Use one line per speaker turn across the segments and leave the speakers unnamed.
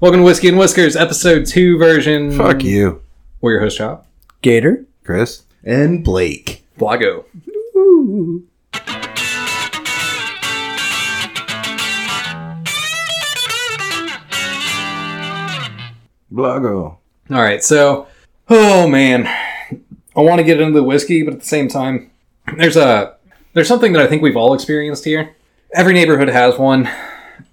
Welcome to Whiskey and Whiskers, episode two version.
Fuck you,
We're your host, Chop.
Gator.
Chris.
and Blake.
Blago.
Blago.
All right, so oh man, I want to get into the whiskey, but at the same time, there's a there's something that I think we've all experienced here. Every neighborhood has one.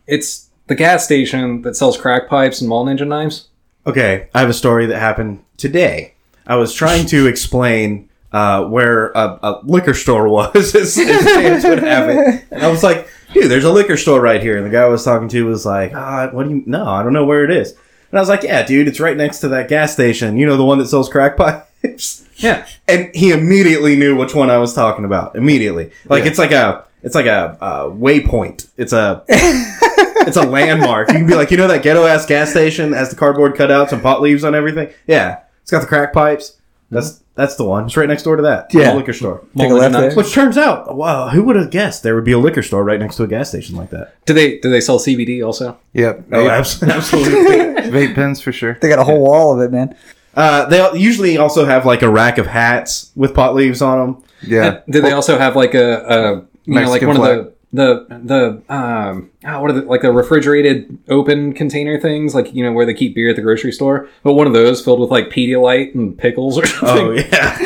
It's the gas station that sells crack pipes and mall ninja knives.
Okay, I have a story that happened today. I was trying to explain uh, where a, a liquor store was, as, as fans would have it. And I was like, dude, there's a liquor store right here. And the guy I was talking to was like, ah, what do you, no, I don't know where it is. And I was like, yeah, dude, it's right next to that gas station. You know, the one that sells crack pipes?
Yeah,
and he immediately knew which one I was talking about. Immediately, like it's like a it's like a, uh waypoint. It's a it's a landmark. You can be like, you know, that ghetto ass gas station that has the cardboard cutouts and pot leaves on everything. Yeah, it's got the crack pipes. That's that's the one. It's right next door to that.
Yeah.
the liquor store.
mall
Take a
ninja
left
knives.
Which turns out, wow, who would have guessed there would be a liquor store right next to a gas station like that?
Do they do they sell CBD also?
Yep.
Oh,
Vape,
abs- absolutely.
vape pens for sure.
They got a whole wall of it, man.
uh, they al- usually also have like a rack of hats with pot leaves on them.
Yeah.
Do they also have like a, a you know like
Mexican
one
flag.
of the the the um ah, what are the like the refrigerated open container things like you know where they keep beer at the grocery store but one of those filled with like Pedialyte and pickles or something.
Oh yeah.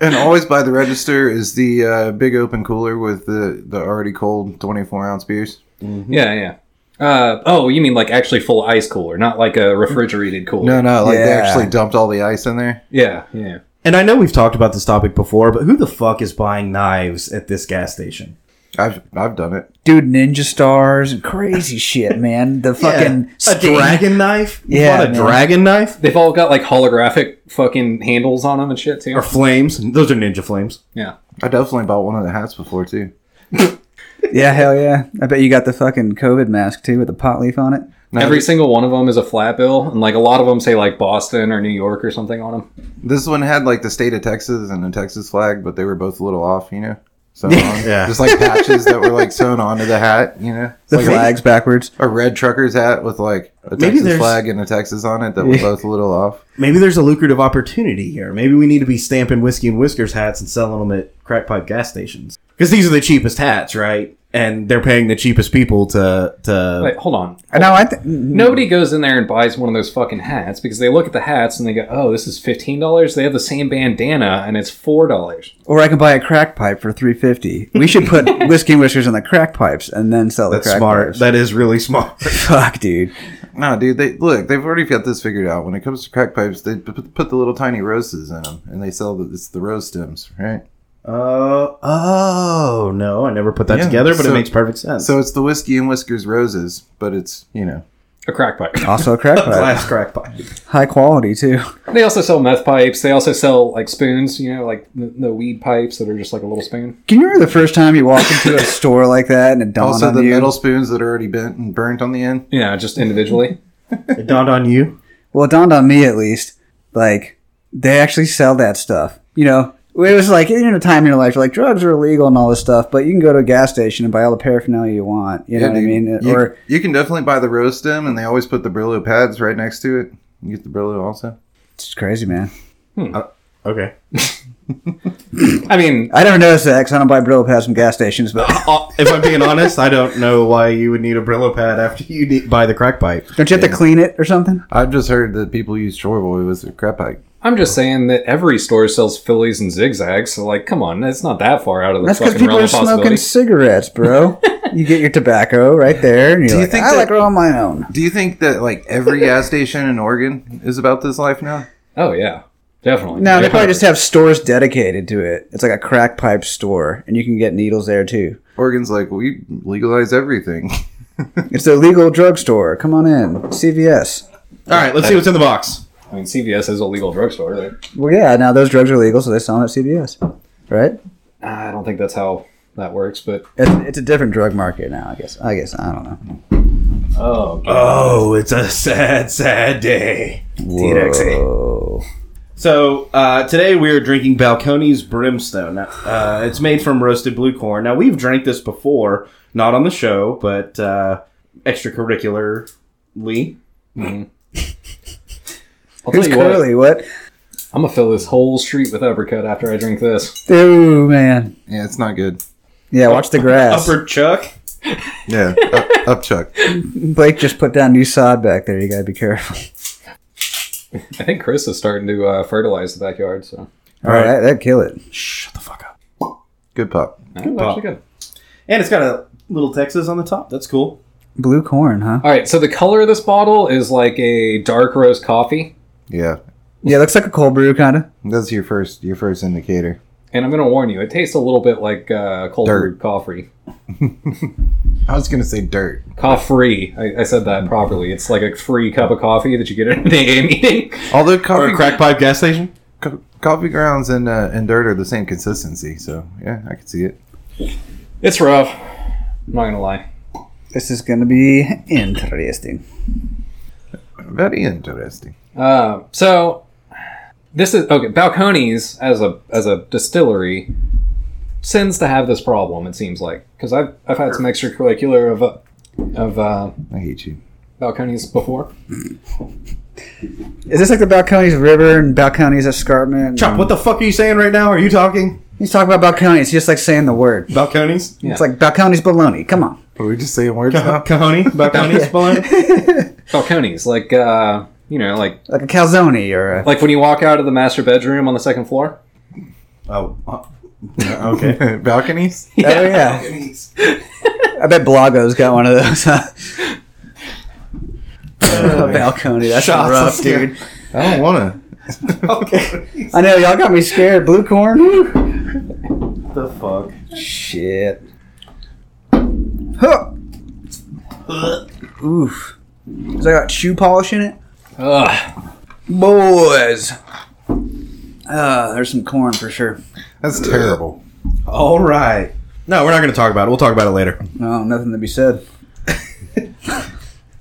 And always by the register is the uh, big open cooler with the, the already cold 24 ounce beers.
Yeah, yeah. Uh, oh, you mean like actually full ice cooler, not like a refrigerated cooler?
Mm. No, no. Like they
Yeah.
actually dumped all the ice in there.
Yeah, yeah.
And I know we've talked about this topic before, but who the fuck is buying knives at this gas station?
I've I've done it.
Dude, ninja stars and crazy shit, man. The fucking
a
sting.
dragon knife? You
Yeah,
bought a
man.
dragon knife
They've all got like holographic fucking handles on them and shit too.
or flames? Those are ninja flames.
Yeah.
I definitely bought one of the hats before too.
Yeah, hell yeah. I bet you got the fucking COVID mask too with the pot leaf on it.
Now,
Every single one of them is a flat bill, and like a lot of them say like Boston or New York or something on them.
this one had like the state of Texas and the Texas flag, but they were both a little off, you know. So
Yeah.
just like patches that were like sewn onto the hat, you know. It's
The
like a-
flags backwards.
a red trucker's hat with like a
Maybe
Texas
there's-
flag and a Texas on it that were both a little off.
Maybe there's a lucrative opportunity here. Maybe we need to be stamping whiskey and whiskers hats and selling them at crack pipe gas stations because these are the cheapest hats, right? And they're paying the cheapest people to to.
Oh.
Wait, hold on.
No, I th-
Nobody goes in there and buys one of those fucking hats because they look at the hats and they go, "Oh, this is fifteen dollars." They have the same bandana and it's four dollars.
or I can buy a crack pipe for three fifty. We should put whiskey and whiskers on the crack pipes and then sell the
That's
crack
smart.
pipes.
That is really smart.
Fuck, dude.
No, dude, they look. They've already got this figured out. When it comes to crack pipes, they p- put the little tiny roses in them, and they sell the, it's the rose stems, right?
Oh, oh no! I never put that
Yeah,
together, but
so-
it makes perfect sense.
So it's the whiskey and whiskers roses, but it's you know
A crack pipe.
Also a crack pipe.
Glass crack pipe.
High quality too.
They also sell meth pipes. They also sell like spoons, you know, like the, the weed pipes that are just like a little spoon.
Can you remember the first time you walked into a store like that and it dawned
also
on
the
you?
metal spoons that are already bent and burnt on the end.
Yeah, just individually.
It dawned on you.
well, it dawned on me at least. Like they actually sell that stuff. You know, it was like in a time in your life, you're like drugs are illegal and all this stuff, but you can go to a gas station and buy all the paraphernalia you want. You know what I
dude,
mean?
You,
or
you can definitely buy the rose stem, and they always put the Brillo pads right next to it. You get the Brillo also.
it's crazy, man.
Okay.
I mean,
I never noticed that because I don't buy Brillo pads from gas stations, but
Uh, if I'm being honest, I don't know why you would need a Brillo pad after you need, buy the crack pipe.
don't you have to clean it or something?
I've just heard that people use Shore Boy with a crap pipe.
I'm just saying that every store sells Phillies and zigzags, so like, come on, it's not that far out of the
That's because
fucking
people
realm
are
of
smoking
possibility.
cigarettes, bro. you get your tobacco right there, and you're
you
like,
think
I
that-
like growing my own.
Do you think that like every gas station in Oregon is about this life now?
Oh yeah, definitely.
No, they
Yeah.
probably just have stores dedicated to it. It's like a crack pipe store, and you can get needles there too.
Oregon's like we legalize everything.
It's the legal drugstore. Come on in, CVS.
All right, let's see what's in the box.
I mean, CVS is a legal drugstore. Right?
Well, yeah, now those drugs are legal, so they sell them at CVS, right?
I don't think that's how that works, but
It's, it's a different drug market now, I guess. I guess I don't know.
oh,
Oh, it's a sad, sad day.
Whoa.
So uh, today we are drinking Balcones Brimstone. Now, Uh, it's made from roasted blue corn. Now we've drank this before, not on the show, but uh, extracurricular Lee.
I'll
Who's
tell you what,
curly? What?
I'm gonna fill this whole street with uppercut after I drink this.
Oh man.
Yeah, it's not good.
Yeah, watch the grass.
Upper Chuck.
Yeah, up, upchuck.
Blake just put down new sod back there. You gotta be careful.
I think Chris is starting to uh, fertilize the backyard, so
All right, that'd kill it.
Shut the fuck up.
Good pop.
That was
pop.
actually good.
And it's got a little Texas on the top. That's cool.
Blue corn, huh?
All right, so the color of this bottle is like a dark roast coffee,
Yeah,
Yeah, looks like a cold brew, kind of.
that's your first your first indicator.
and I'm gonna warn you, it tastes a little bit like uh, cold
Dirt.
brewed coffee.
I was gonna say dirt.
Coffee. I, I said that properly. It's like a free cup of coffee that you get at an E. AA meeting.
Although coffee
pipe gas station.
co- coffee grounds and uh, and dirt are the same consistency, so yeah, I could see it.
It's rough. I'm not gonna lie.
This is gonna be interesting.
Very interesting.
Uh, so this is okay. Balcones as a as a distillery sends to have this problem. It seems like because I've I've had some extracurricular of uh, of uh,
I hate you.
Balcones before.
Is this like the Balcones River and Balcones Escarpment?
Chop, what the fuck are you saying right now? Are you talking
He's talking about Balcones. He's just like saying the word.
balconies?
Yeah.
It's like Balcones baloney. Come on.
Are we just saying words
Uh-huh.
now?
Cahoney? Balconies? baloney?
Balcones, like uh, you know, like
Like a calzone or a.
like when you walk out of the master bedroom on the second floor.
Oh, uh, okay.
Balconies?
Oh, yeah. I bet Blago's got one of those, huh? Balcony. That's
Oh, Shots
rough,
up
dude.
I don't wanna.
okay.
I know, y'all got me scared. Blue corn?
the fuck?
Shit. Huh. Oof. Has I got shoe polish in it?
Ugh.
Boys. Uh, there's some corn for sure.
That's terrible.
All right. No, we're not going to talk about it. We'll talk about it later.
No, nothing to be said.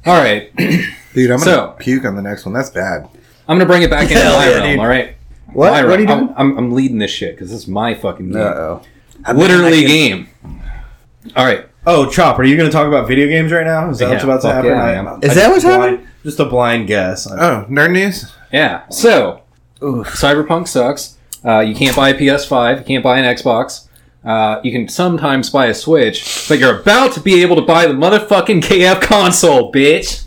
All right,
Dude, I'm gonna
So-
puke on the next one. That's bad.
I'm gonna bring it back into
Hell
my
yeah,
realm.
dude.
All right,
What?
My
what are you
realm.
doing?
I'm, I'm, I'm leading this shit because this is my fucking game.
Uh oh.
Literally game. All right.
Oh, Chop, are you going to talk about video games right now? Is that
Yeah,
what's about to
fuck
happen?
yeah, I
I-
am.
I
Is that
just
what's
blind-
happening?
Just a blind guess.
Oh, nerd news?
Yeah. So
Oof.
Cyberpunk sucks. Uh, you can't buy a PS5. You can't buy an Xbox. Uh, you can sometimes buy a Switch, but you're about to be able to buy the motherfucking KF console, bitch.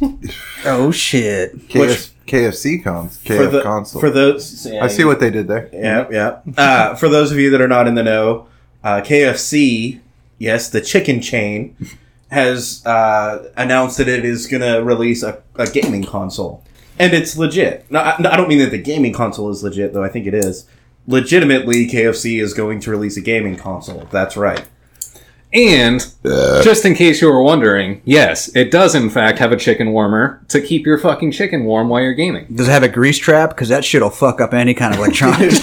Oh shit.
KF- KFC cons. KF
for the
console.
for those.
I see what they did there.
Yeah, yeah. Uh, for those of you that are not in the know, uh, KFC, yes, the chicken chain, has uh, announced that it is going to release a, a gaming console. And it's legit. No, I, no, I don't mean that the gaming console is legit, though I think it is. Legitimately, KFC is going to release a gaming console. That's right.
And just in case you were wondering, yes, it does in fact have a chicken warmer to keep your fucking chicken warm while you're gaming.
Does it have a grease trap? Because that shit'll fuck up any kind of electronics.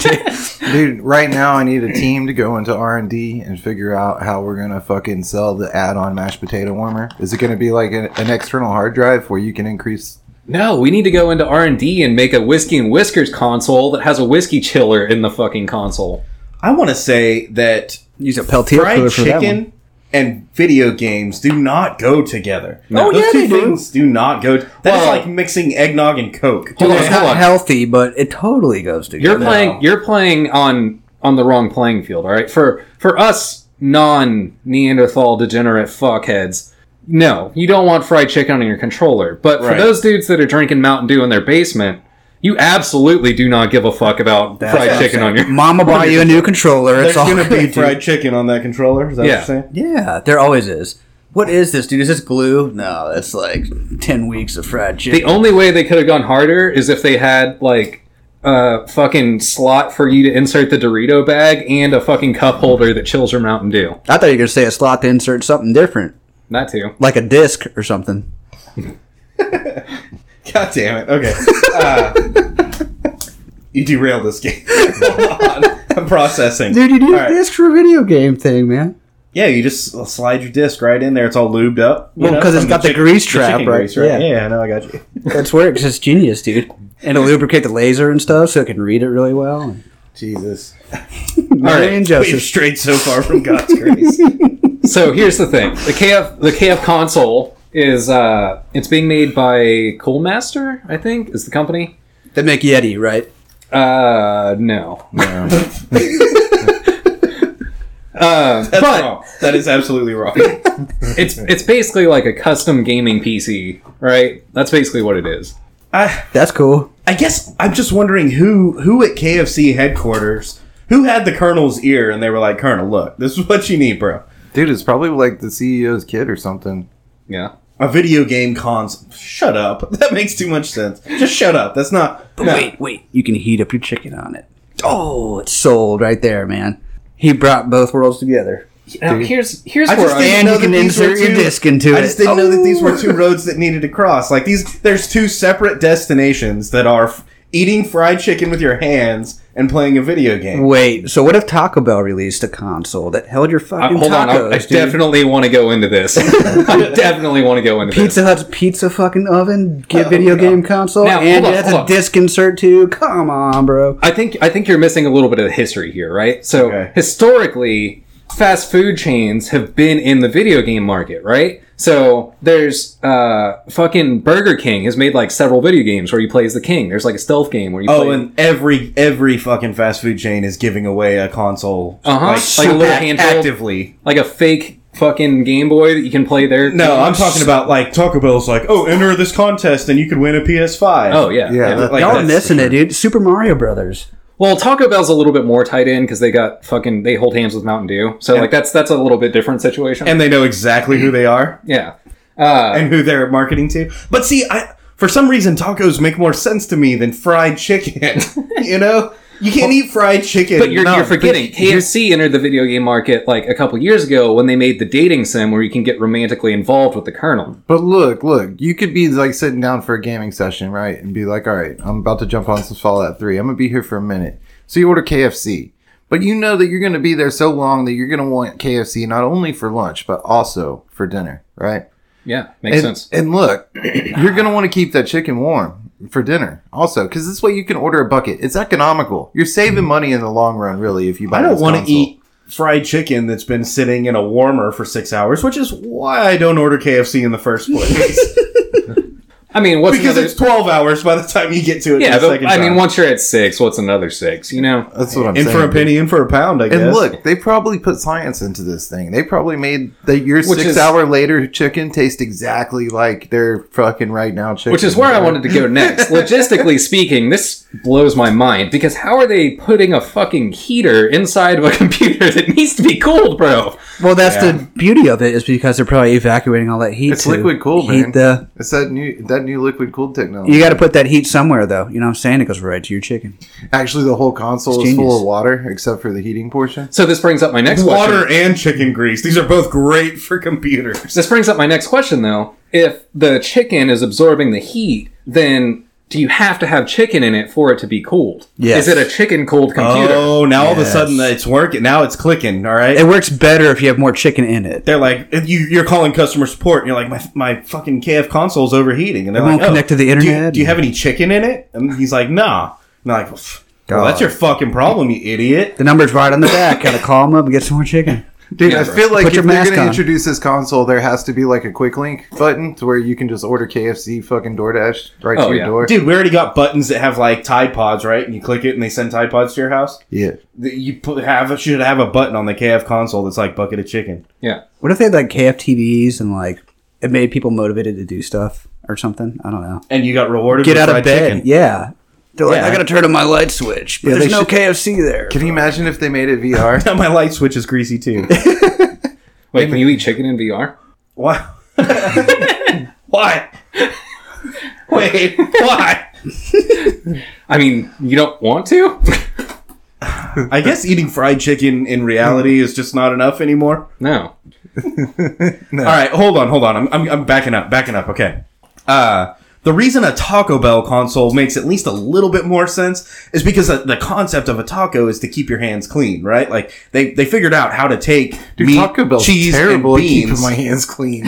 dude.
Dude, right now I need a team to go into R and D and figure out how we're gonna fucking sell the add-on mashed potato warmer. Is it gonna be like an, an external hard drive where you can increase?
No, we need to go into R and D and make a whiskey and whiskers console that has a whiskey chiller in the fucking console.
I want to say that
Use a Peltier
fried
cooler for that one.
chicken and video games do not go together.
No. Oh,
Those
yeah,
two
they do.
things do not go. That is
Well-
like mixing eggnog and Coke.
Hold on,
It's
hold
not
on.
healthy, but it totally goes together.
You're playing. You're playing on on the wrong playing field. All right. For for us non Neanderthal degenerate fuckheads, no, you don't want fried chicken on your controller. But for
Right.
those dudes that are drinking Mountain Dew in their basement, you absolutely do not give a fuck about
That's what
fried
I'm
chicken on your.
Mom will buy you a new controller. It's
There's
all
gonna be
good, dude.
fried chicken on that controller. Is that
Yeah.
what you're saying?
Yeah, there always is. What is this, dude? Is this glue? No, that's like ten weeks of fried
The
chicken.
only way they could have gone harder is if they had like a fucking slot for you to insert the Dorito bag and a fucking cup holder that chills your Mountain Dew.
I thought you were gonna say a slot to insert something different,
That too.
like a disc or something.
God damn it. Okay. Uh, you derailed this game. Hold on. I'm processing.
Dude, you do
All right.
disc for a video game thing, man.
Yeah, you just slide your disc right in there. It's all lubed up. you
Well,
know,
'cause it's
from
got the
chick-
grease
chicken
trap, right?
grease, right?
Yeah.
Yeah. yeah, no, I got you.
That's where it's just genius, dude. And it'll lubricate the laser and stuff, so it can read it really well.
Jesus.
Mary and
We've
Joseph.
strayed so far from God's grace.
So here's the thing: the KF the KF console is uh, it's being made by Coolmaster, I think, is the company.
They make Yeti, right?
Uh, no. Uh, but
that is absolutely wrong.
it's it's basically like a custom gaming PC, right? That's basically what it is.
I,
That's cool.
I guess I'm just wondering who who at KFC headquarters who had the colonel's ear and they were like, Colonel, look, this is what you need, bro.
Dude, it's probably like the CEO's kid or something.
Yeah.
A video game cons. Shut up. That makes too much sense. Just shut up. That's not. no.
Wait, wait. You can heat up your chicken on it. Oh, it's sold right there, man. He brought both worlds together.
Now here's here's
I
where
just
I,
didn't
And
know
you
that
can
these were
insert your
two-
disc into
I
it. Oh.
just didn't know that these were two roads that needed to cross. Like these, there's two separate destinations that are f- eating fried chicken with your hands and playing a video game.
Wait, so what if Taco Bell released a console that held your
I-
fucking
Uh, hold
tacos?
on. I, I
dude?
definitely want to go into this. I definitely want to go into
Pizza Hut's pizza fucking oven, get video game console,
Uh, Now,
and
hold on,
that's
hold
a
on.
disc insert too. Come on, bro.
I think I think you're missing a little bit of history here, right? So
Okay.
historically, fast food chains have been in the video game market, right? So there's uh fucking Burger King has made like several video games where you play as the king. There's like a stealth game where you
Oh,
play
and every every fucking fast food chain is giving away a console,
Uh-huh. Like a little handheld-
actively.
like a fake fucking Game Boy that you can play there.
No, I'm talking about like Taco Bell's like, oh, enter this contest and you could win a PS5.
Oh yeah.
Yeah,
yeah.
that-
Like,
Y'all are
that's-
missing it, dude. Super Mario Brothers.
Well, Taco Bell's a little bit more tied in because they got fucking they hold hands with Mountain Dew, so like that's that's a little bit different situation.
and they know exactly who they are.
yeah, Uh.
and who they're marketing to. But see, I for some reason tacos make more sense to me than fried chicken. you know, you can't eat fried chicken.
but you're,
No,
you're forgetting KFC entered the video game market like a couple years ago when they made the dating sim where you can get romantically involved with the Colonel.
But look, look, you could be like sitting down for a gaming session, right? And be like, all right, I'm about to jump on some Fallout 3. I'm going to be here for a minute. So you order KFC. But you know that you're going to be there so long that you're going to want KFC not only for lunch, but also for dinner, right?
Yeah, makes
And,
sense.
and look, you're going to want to keep that chicken warm for dinner also, because this way you can order a bucket. It's economical. You're saving money in the long run, really, if you buy
I don't
this
want to
console.
eat fried chicken that's been sitting in a warmer for six hours, which is why I don't order KFC in the first place.
I mean, what's
because
another-
it's twelve hours by the time you get to it.
yeah,
the
but
second
I mean,
time.
once you're at six, what's another six? You know,
That's what I'm
in
saying.
for a penny, in for a pound. I guess.
And look, they probably put science into this thing. They probably made that your
Which
six
is-
hour later chicken taste exactly like their fucking right now chicken.
which is where I wanted to go next. Logistically speaking, this blows my mind because how are they putting a fucking heater inside of a computer that needs to be cooled, bro?
Well, that's the beauty of it is because they're probably evacuating all that heat.
It's
to
liquid cooled,
heat
man.
The,
It's that new that new liquid cooled technology.
you got to put that heat somewhere, though. You know what I'm saying? It goes right to your chicken.
Actually, the whole console
It's
is full
genius.
of water except for the heating portion.
So this brings up my next question.
water and chicken grease. These are both great for computers.
This brings up my next question, though. If the chicken is absorbing the heat, then do you have to have chicken in it for it to be cooled?
Yes.
Is it a chicken cooled computer?
Oh, now all of a
Yes.
sudden it's working. Now it's clicking. All right.
It works better if you have more chicken in it.
they're like you, you're calling customer support and you're like my, my fucking kf console's overheating and they're
It won't
like oh,
connect to the
do you- do you,
internet."
have any chicken in it and he's like nah and they're like well, pff, well,
God.
that's your fucking problem you idiot
The number's right on the back. Got to call them up and get some more chicken.
Dude, I feel like
Put
if
your
they're
mask
going to
on.
introduce this console, there has to be like a quick link button to where you can just order KFC fucking DoorDash right
Oh,
to your
yeah.
door.
dude we already got buttons that have like tide pods right and you click it and they send tide pods to your house
Yeah,
Th- you put, have should have a button on the kf console that's like bucket of chicken
Yeah.
What if they had like KFTVs and like it made people motivated to do stuff or something? I don't know.
and you got rewarded
Get
with
out of
fried
bed.
chicken.
Yeah. They're like,
Yeah.
I got to turn on my light switch, but
Yeah,
there's
they
no
should-
KFC there.
can you imagine if they made it VR?
my light switch is greasy too
Wait, can you eat chicken in VR?
Why? why? Wait, why?
I mean, you don't want to?
I guess eating fried chicken in reality is just not enough anymore.
no.
All right, hold on, hold on. I'm, I'm, I'm backing up, backing up. Okay. Uh, the reason a Taco Bell console makes at least a little bit more sense is because the- the concept of a taco is to keep your hands clean, right? Like they, they figured out how to take
Dude,
meat,
Taco Bell's
cheese,
terrible
and
at keeping
beans,
my hands clean.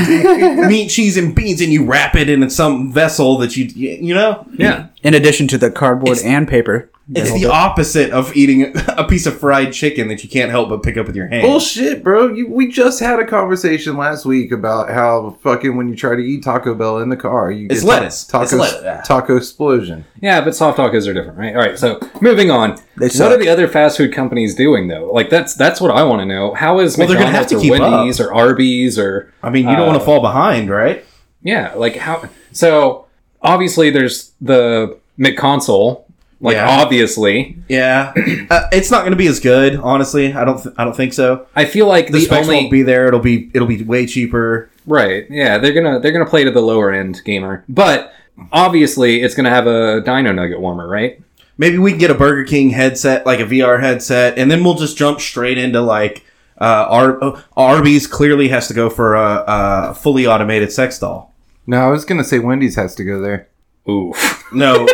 meat, cheese, and beans, and you wrap it in some vessel that you you know
Yeah.
In addition to the cardboard and paper,
It's the opposite of eating a piece of fried chicken that you can't help but pick up with your hand.
Bullshit, bro. You, we just had a conversation last week about how fucking when you try to eat Taco Bell in the car, you
It's
ta-
lettuce.
Taco,
It's lettuce.
taco explosion.
Yeah, but soft tacos are different, right? All right, so moving on.
suck.
What are the other fast food companies doing though? Like that's that's what I want to know. How is
Well, they're gonna have
McDonald's
to
or
keep up.
Wendy's or Arby's or
I mean, you don't
Uh,
want to fall behind, right?
yeah, like how? So obviously there's the McConsole, like
Yeah.
obviously.
Yeah, uh, it's not going to be as good, honestly. I don't. Th- I don't think so.
I feel like
The,
the,
specs
only
won't be there. It'll be. It'll be way cheaper.
right, yeah, they're gonna they're gonna play to the lower end gamer, but obviously it's gonna have a Dino Nugget warmer, right?
Maybe we can get a Burger King headset, like a VR headset, and then we'll just jump straight into like uh, Ar- uh, Arby's. Clearly, has to go for a, a fully automated sex doll.
No, I was gonna say Wendy's has to go there.
Oof.
No,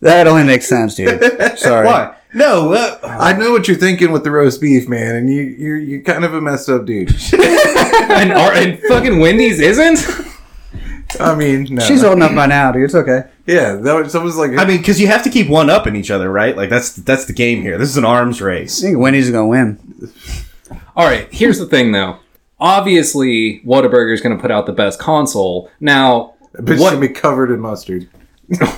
That only makes sense, dude. Sorry.
why? No, uh,
I know what you're thinking with the roast beef, man, and you you're you're kind of a messed up dude.
and, Ar- and fucking Wendy's isn't.
I mean, no.
She's old enough by now, dude. It's okay.
yeah. That was, someone's like,
I mean, because you have to keep one up in each other, right? Like that's that's the game here. This is an arms
I
race.
think Wendy's gonna win.
All right, here's the thing though. Obviously, Whataburger's going to put out the best console. Now,
bitch
what-
should be covered in mustard.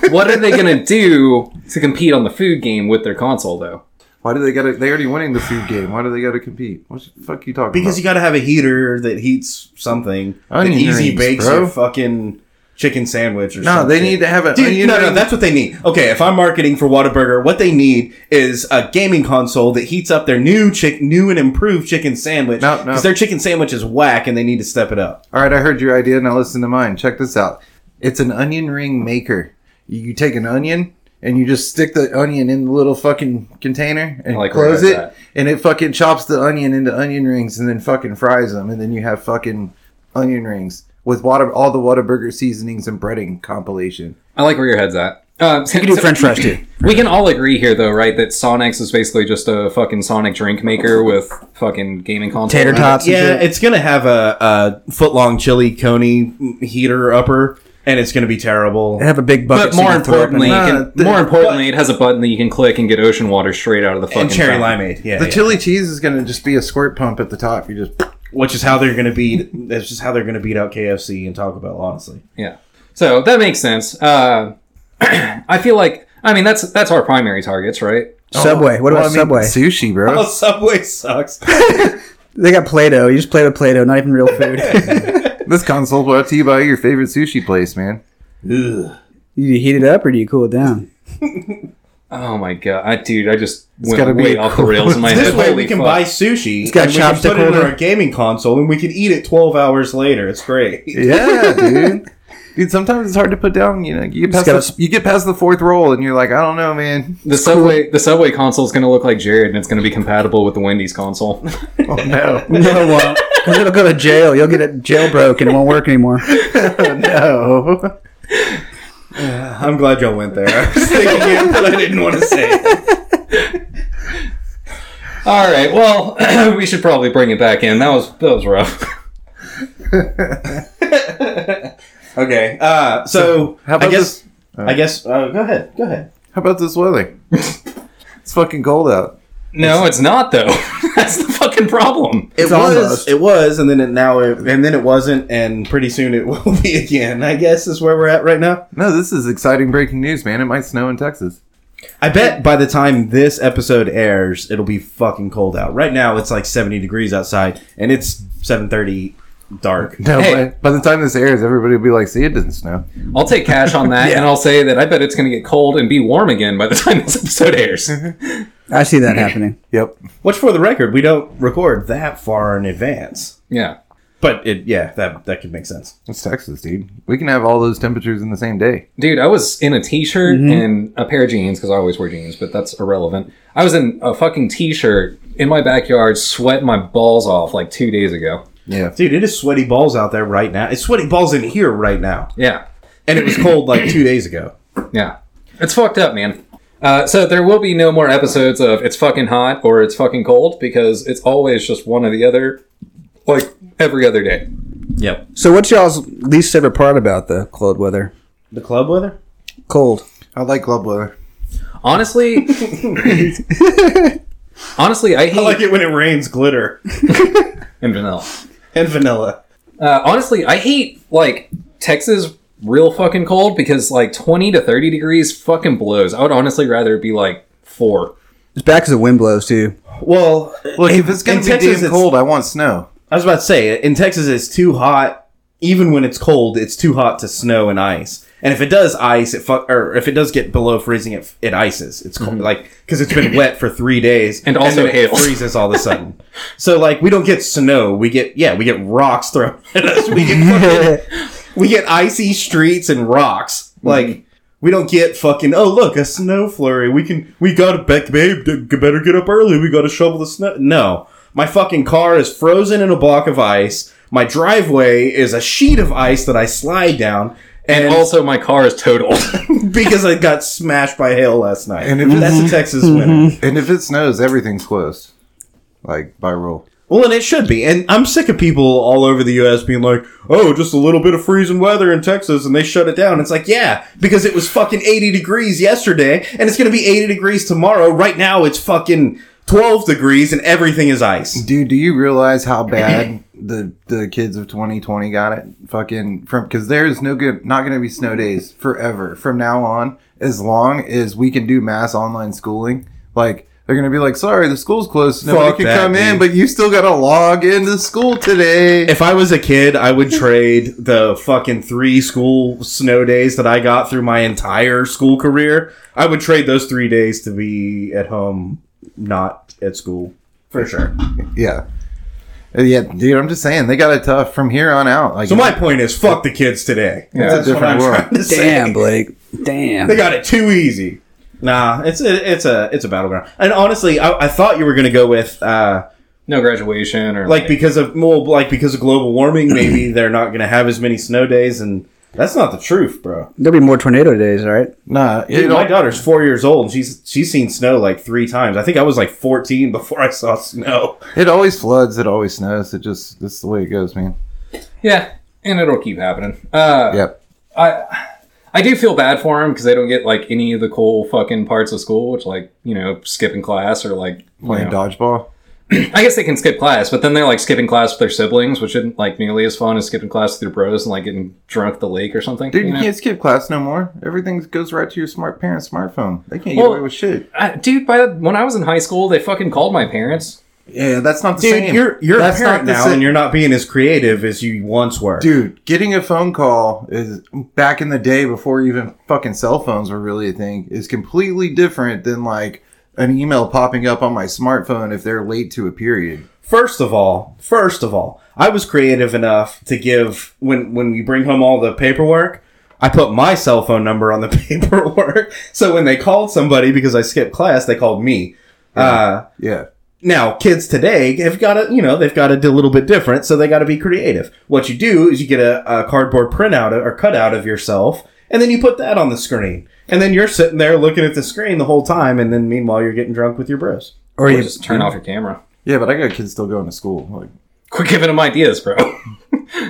what are they going to do to compete on the food game with their console though?
Why do they gotta? They already winning the food game. Why do they gotta compete? What the fuck you talking
Because you
about?
got to have a heater that heats something. That
Onion
easy
rings,
bakes
bro.
your fucking chicken sandwich or
no,
something.
they need to have a
Dude,
onion
no, no,
ring-
that's what they need. Okay, if I'm marketing for Whataburger, what they need is a gaming console that heats up their new chick, new and improved chicken sandwich.
No, no.
their chicken sandwich is whack, and they need to step it up.
All right, I heard your idea. Now listen to mine. Check this out. It's an onion ring maker. You, you take an onion and you just stick the onion in the little fucking container and
I like where
close
that's
it,
at.
and it fucking chops the onion into onion rings and then fucking fries them, and then you have fucking onion rings with water, all the Whataburger seasonings and breading compilation.
I like where your head's at. Um,
You can do French fries too.
We can all agree here, though, right? That Sonic's is basically just a fucking Sonic drink maker with fucking gaming console.
Tater
Right?
tots. and
yeah,
shit.
it's gonna have a, a foot long chili coney heater upper, and it's gonna be terrible.
They have a big
But
bucket. so you
more
can throw up in
importantly,
it.
you can-
Nah, the-
more importantly, it has a button that you can click and get ocean water straight out of the fucking
And cherry
fountain.
limeade, yeah,
The
yeah.
chili cheese is gonna just be a squirt pump at the top. You just
which is how they're gonna beat. That's just how they're gonna beat out KFC and Taco Bell, honestly.
Yeah. So that makes sense. Uh, I feel like I mean that's that's our primary targets, right?
Subway. What
Oh, Well,
about
I mean,
Subway?
Sushi, bro.
Oh, Subway sucks.
They got Play-Doh. You just play with Play-Doh, not even real food.
This console brought to you by your favorite sushi place, man.
Ugh.
you heat it up or do you cool it down?
Oh my god, I, dude, I just
gotta
went
be
way off the rails in my head.
This way
Holy
we can
fuck.
buy sushi
got
and we can
chopstick
put it in
holder.
our gaming console and we can eat it 12 hours later. It's great.
Yeah, dude. Dude, sometimes it's hard to put down. You know, you get past
gotta-
the, you get past the fourth roll, and you're like, I don't know, man.
the subway. The subway console is going to look like Jared, and it's going to be compatible with the Wendy's console.
Oh no,
No, it won't. Because it'll go to jail. You'll get it jailbroke and it won't work anymore.
no.
I'm glad y'all went there. I was thinking it, but I didn't want to say it.
All right. Well, we should probably bring it back in. That was that was rough.
Okay. Uh, so,
How about
I guess,
this-
I guess, uh, go ahead. Go ahead.
How about this weather? it's fucking cold out.
No, it's not though. That's the fucking problem.
It was,
almost.
it was, and then it now, it, and then it wasn't, and pretty soon it will be again. I guess is where we're at right now.
No, this is exciting breaking news, man. It might snow in Texas.
I bet by the time this episode airs, it'll be fucking cold out. Right now, it's like 70 degrees outside, and it's 7:30 dark.
No,
Hey.
by, by the time this airs, everybody will be like, "See, it doesn't snow."
I'll take cash on that, and I'll say that I bet it's going to get cold and be warm again by the time this episode airs.
I see that happening.
Yep.
Which, for the record, we don't record that far in advance.
yeah.
But it, yeah, that that could make sense.
It's Texas, dude. We can have all those temperatures in the same day.
Dude, I was in a t-shirt and a pair of jeans because I always wear jeans, but that's irrelevant. I was in a fucking t-shirt in my backyard, sweating my balls off like two days ago.
Yeah.
Dude, it is sweaty balls out there right now. It's sweaty balls in here right now,
Yeah,
and it was cold like two days ago.
yeah, it's fucked up, man. Uh, so there will be no more episodes of it's fucking hot or it's fucking cold because it's always just one or the other, like every other day.
Yep.
So, what's y'all's least favorite part about the cold weather?
The club weather.
cold.
I like club weather.
Honestly, honestly, I hate
I like it when it rains glitter
and vanilla.
and vanilla.
Uh, honestly, I hate like Texas real fucking cold because like twenty to thirty degrees fucking blows. I would honestly rather it be like four.
It's back because the wind blows too.
Well,
Look, if it's gonna
in
be
Texas,
damn
it's-
cold, I want snow.
I was about to say in Texas it's too hot. Even when it's cold, it's too hot to snow and ice. And if it does ice, it fu- or if it does get below freezing, it, it ices. It's cold, like because it's been wet for three days,
Mm-hmm. And also
then it
hail.
freezes all of a sudden. so like we don't get snow, we get yeah, we get rocks thrown at us. We get fucking, we get icy streets and rocks.
Mm-hmm.
Like we don't get fucking oh look a snow flurry. We can we gotta be- babe d- better get up early. We gotta shovel the snow. No, my fucking car is frozen in a block of ice. My driveway is a sheet of ice that I slide down, and,
And also, my car is totaled.
because I got smashed by hail last night.
And
And
if it's- Mm-hmm.
that's a Texas winter.
And if it snows, everything's closed, like by rule.
Well, and it should be. And I'm sick of people all over the U.S. being like, "Oh, just a little bit of freezing weather in Texas," and they shut it down. It's like, yeah, because it was fucking 80 degrees yesterday, and it's gonna be 80 degrees tomorrow. Right now, it's fucking 12 degrees, and everything is ice.
Dude, do you realize how bad the the kids of 2020 got it? Fucking from because there's no good, not going to be snow days forever from now on. As long as we can do mass online schooling, like they're going to be like, sorry, the school's closed, nobody
Fuck
can
that,
come in,
dude.
but you still got to log into school today.
If I was a kid, I would trade the fucking three school snow days that I got through my entire school career. I would trade those three days to be at home, not at school, for sure.
yeah, Uh, yeah, dude, I'm just saying they got it tough from here on out. Like,
So my point is, fuck the kids today.
Yeah, it's a different world.
to say.
Damn, Blake. Damn.
They got it too easy. Nah, it's a, it's a it's a battleground. And honestly, I, I thought you were gonna go with uh,
no graduation or
like because of well, like because of global warming, maybe they're not gonna have as many snow days, and that's not the truth, bro.
There'll be more tornado days, all right?
nah,
Dude,
you know,
my daughter's four years old, and she's she's seen snow like three times. I think I was like fourteen before I saw snow.
it always floods, it always snows. It just that's the way it goes, man.
yeah, and it'll keep happening. Uh,
Yep.
I I do feel bad for them because they don't get like any of the cool fucking parts of school, which like you know skipping class or like you
Playing
know.
dodgeball.
I guess they can skip class, but then they're like skipping class with their siblings, which isn't like nearly as fun as skipping class with your bros and like getting drunk at the lake or something.
Dude,
you
you
know?
can't skip class no more. Everything goes right to your smart parent's smartphone. They can't
Well-
get away with shit.
I, dude, by the, when I was in high school, they fucking called my parents.
Yeah, that's not the
Dude,
same.
you're you're
That's
a
not
parent
the
now,
same.
and you're not being as creative as you once were.
Dude, getting a phone call is back in the day before even fucking cell phones were really a thing is completely different than like an email popping up on my smartphone if they're late to a period.
First of all, first of all, I was creative enough to give when when you bring home all the paperwork, I put my cell phone number on the paperwork. So when they called somebody because I skipped class, they called me. Uh,
Yeah.
now kids today have got to you know they've got to do a little bit different, so they got to be creative. What you do is you get a, a cardboard printout or cutout of yourself, and then you put that on the screen, and then you're sitting there looking at the screen the whole time, and then meanwhile you're getting drunk with your bros.
Or, you just turn off your camera.
Yeah, but I got kids still going to school. Like,
Quit giving them ideas, bro.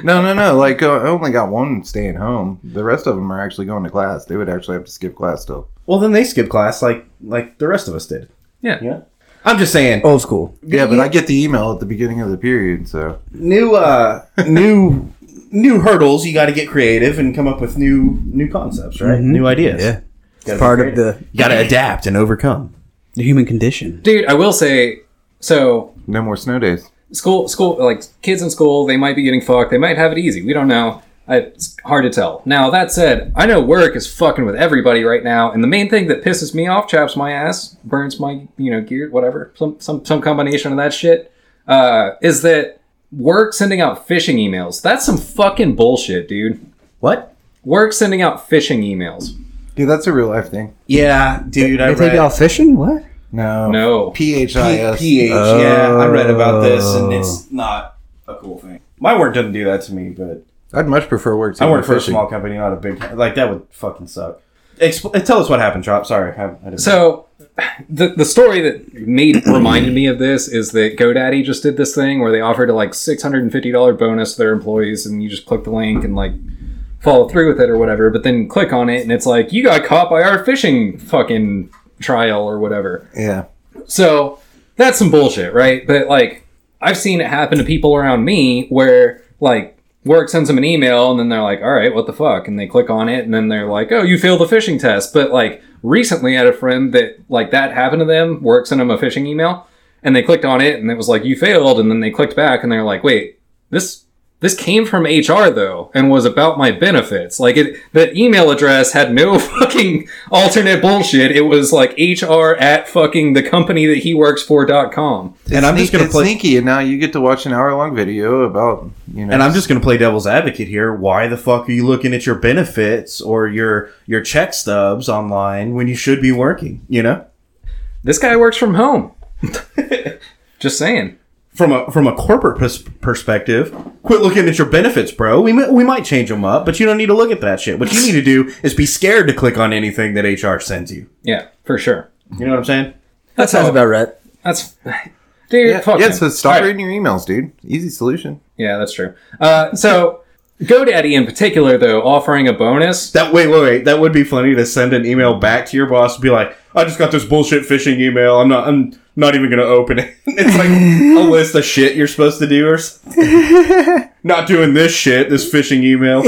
no, no, no. Like, uh, I only got one staying home. The rest of them are actually going to class. They would actually have to skip class still.
Well, then they skip class like like the rest of us did.
Yeah.
Yeah. I'm just saying.
Old school.
Yeah, but I get the email at the beginning of the period, so
New uh new new hurdles, you got to get creative and come up with new new concepts, right? New ideas.
Yeah.
Gotta be
Part of
creative.
the,
You got to adapt and overcome.
the human condition.
Dude, I will say so
no more snow days.
school school like kids in school they might be getting fucked they might have it easy we don't know I- it's hard to tell now that said i know work is fucking with everybody right now and the main thing that pisses me off chaps my ass burns my you know gear whatever some some, some combination of that shit uh, is that work sending out phishing emails that's some fucking bullshit dude
What?
work sending out phishing emails
Dude, that's a real life thing.
Yeah, dude, I
They take
read
you all fishing? What?
No.
no
PHIS.
PH.
Uh,
Yeah, I read about this and it's not a cool thing. My work doesn't do that to me, but
I'd much prefer work.
I work for a
fishing.
small company, not a big like that would fucking suck. Expl- tell us what happened, Chop. Sorry, I, I didn't
So the the story that made reminded me of this is that GoDaddy just did this thing where they offered a like six hundred and fifty dollar bonus to their employees, and you just click the link and like follow through with it or whatever, but then click on it and it's like, you got caught by our phishing fucking trial or whatever.
Yeah.
So that's some bullshit, right? But like, I've seen it happen to people around me where like work sends them an email and then they're like, all right, what the fuck? And they click on it and then they're like, oh, you failed the phishing test. But like recently I had a friend that like that happened to them, work sent them a phishing email and they clicked on it and it was like, you failed. And then they clicked back and they're like, wait, this. This came from HR though, and was about my benefits. Like it, the email address had no fucking alternate bullshit. It was like HR at fucking the company that he works for dot com.
And I'm just gonna
it's
play-
sneaky, and now you get to watch an hour long video about you know.
And I'm just going to play devil's advocate here. Why the fuck are you looking at your benefits or your your check stubs online when you should be working? You know,
This guy works from home. Just saying.
from a from a corporate pers- perspective, quit looking at your benefits, bro. We mi- we might change them up, but you don't need to look at that shit. What you need to do is be scared to click on anything that HR sends you.
Yeah, for sure.
You know what I'm saying?
That's
Sounds
how
about right.
That's dude.
yeah,
fuck
yeah,
him.
so stop
All right.
reading your emails, dude. Easy solution.
Yeah, that's true. Uh, so GoDaddy in particular, though, offering a bonus.
That wait, wait, wait. That would be funny to send an email back to your boss and be like, "I just got this bullshit phishing email. I'm not. I'm not even going to open it." it's like a list of shit you're supposed to do or something. not doing this shit. This phishing email.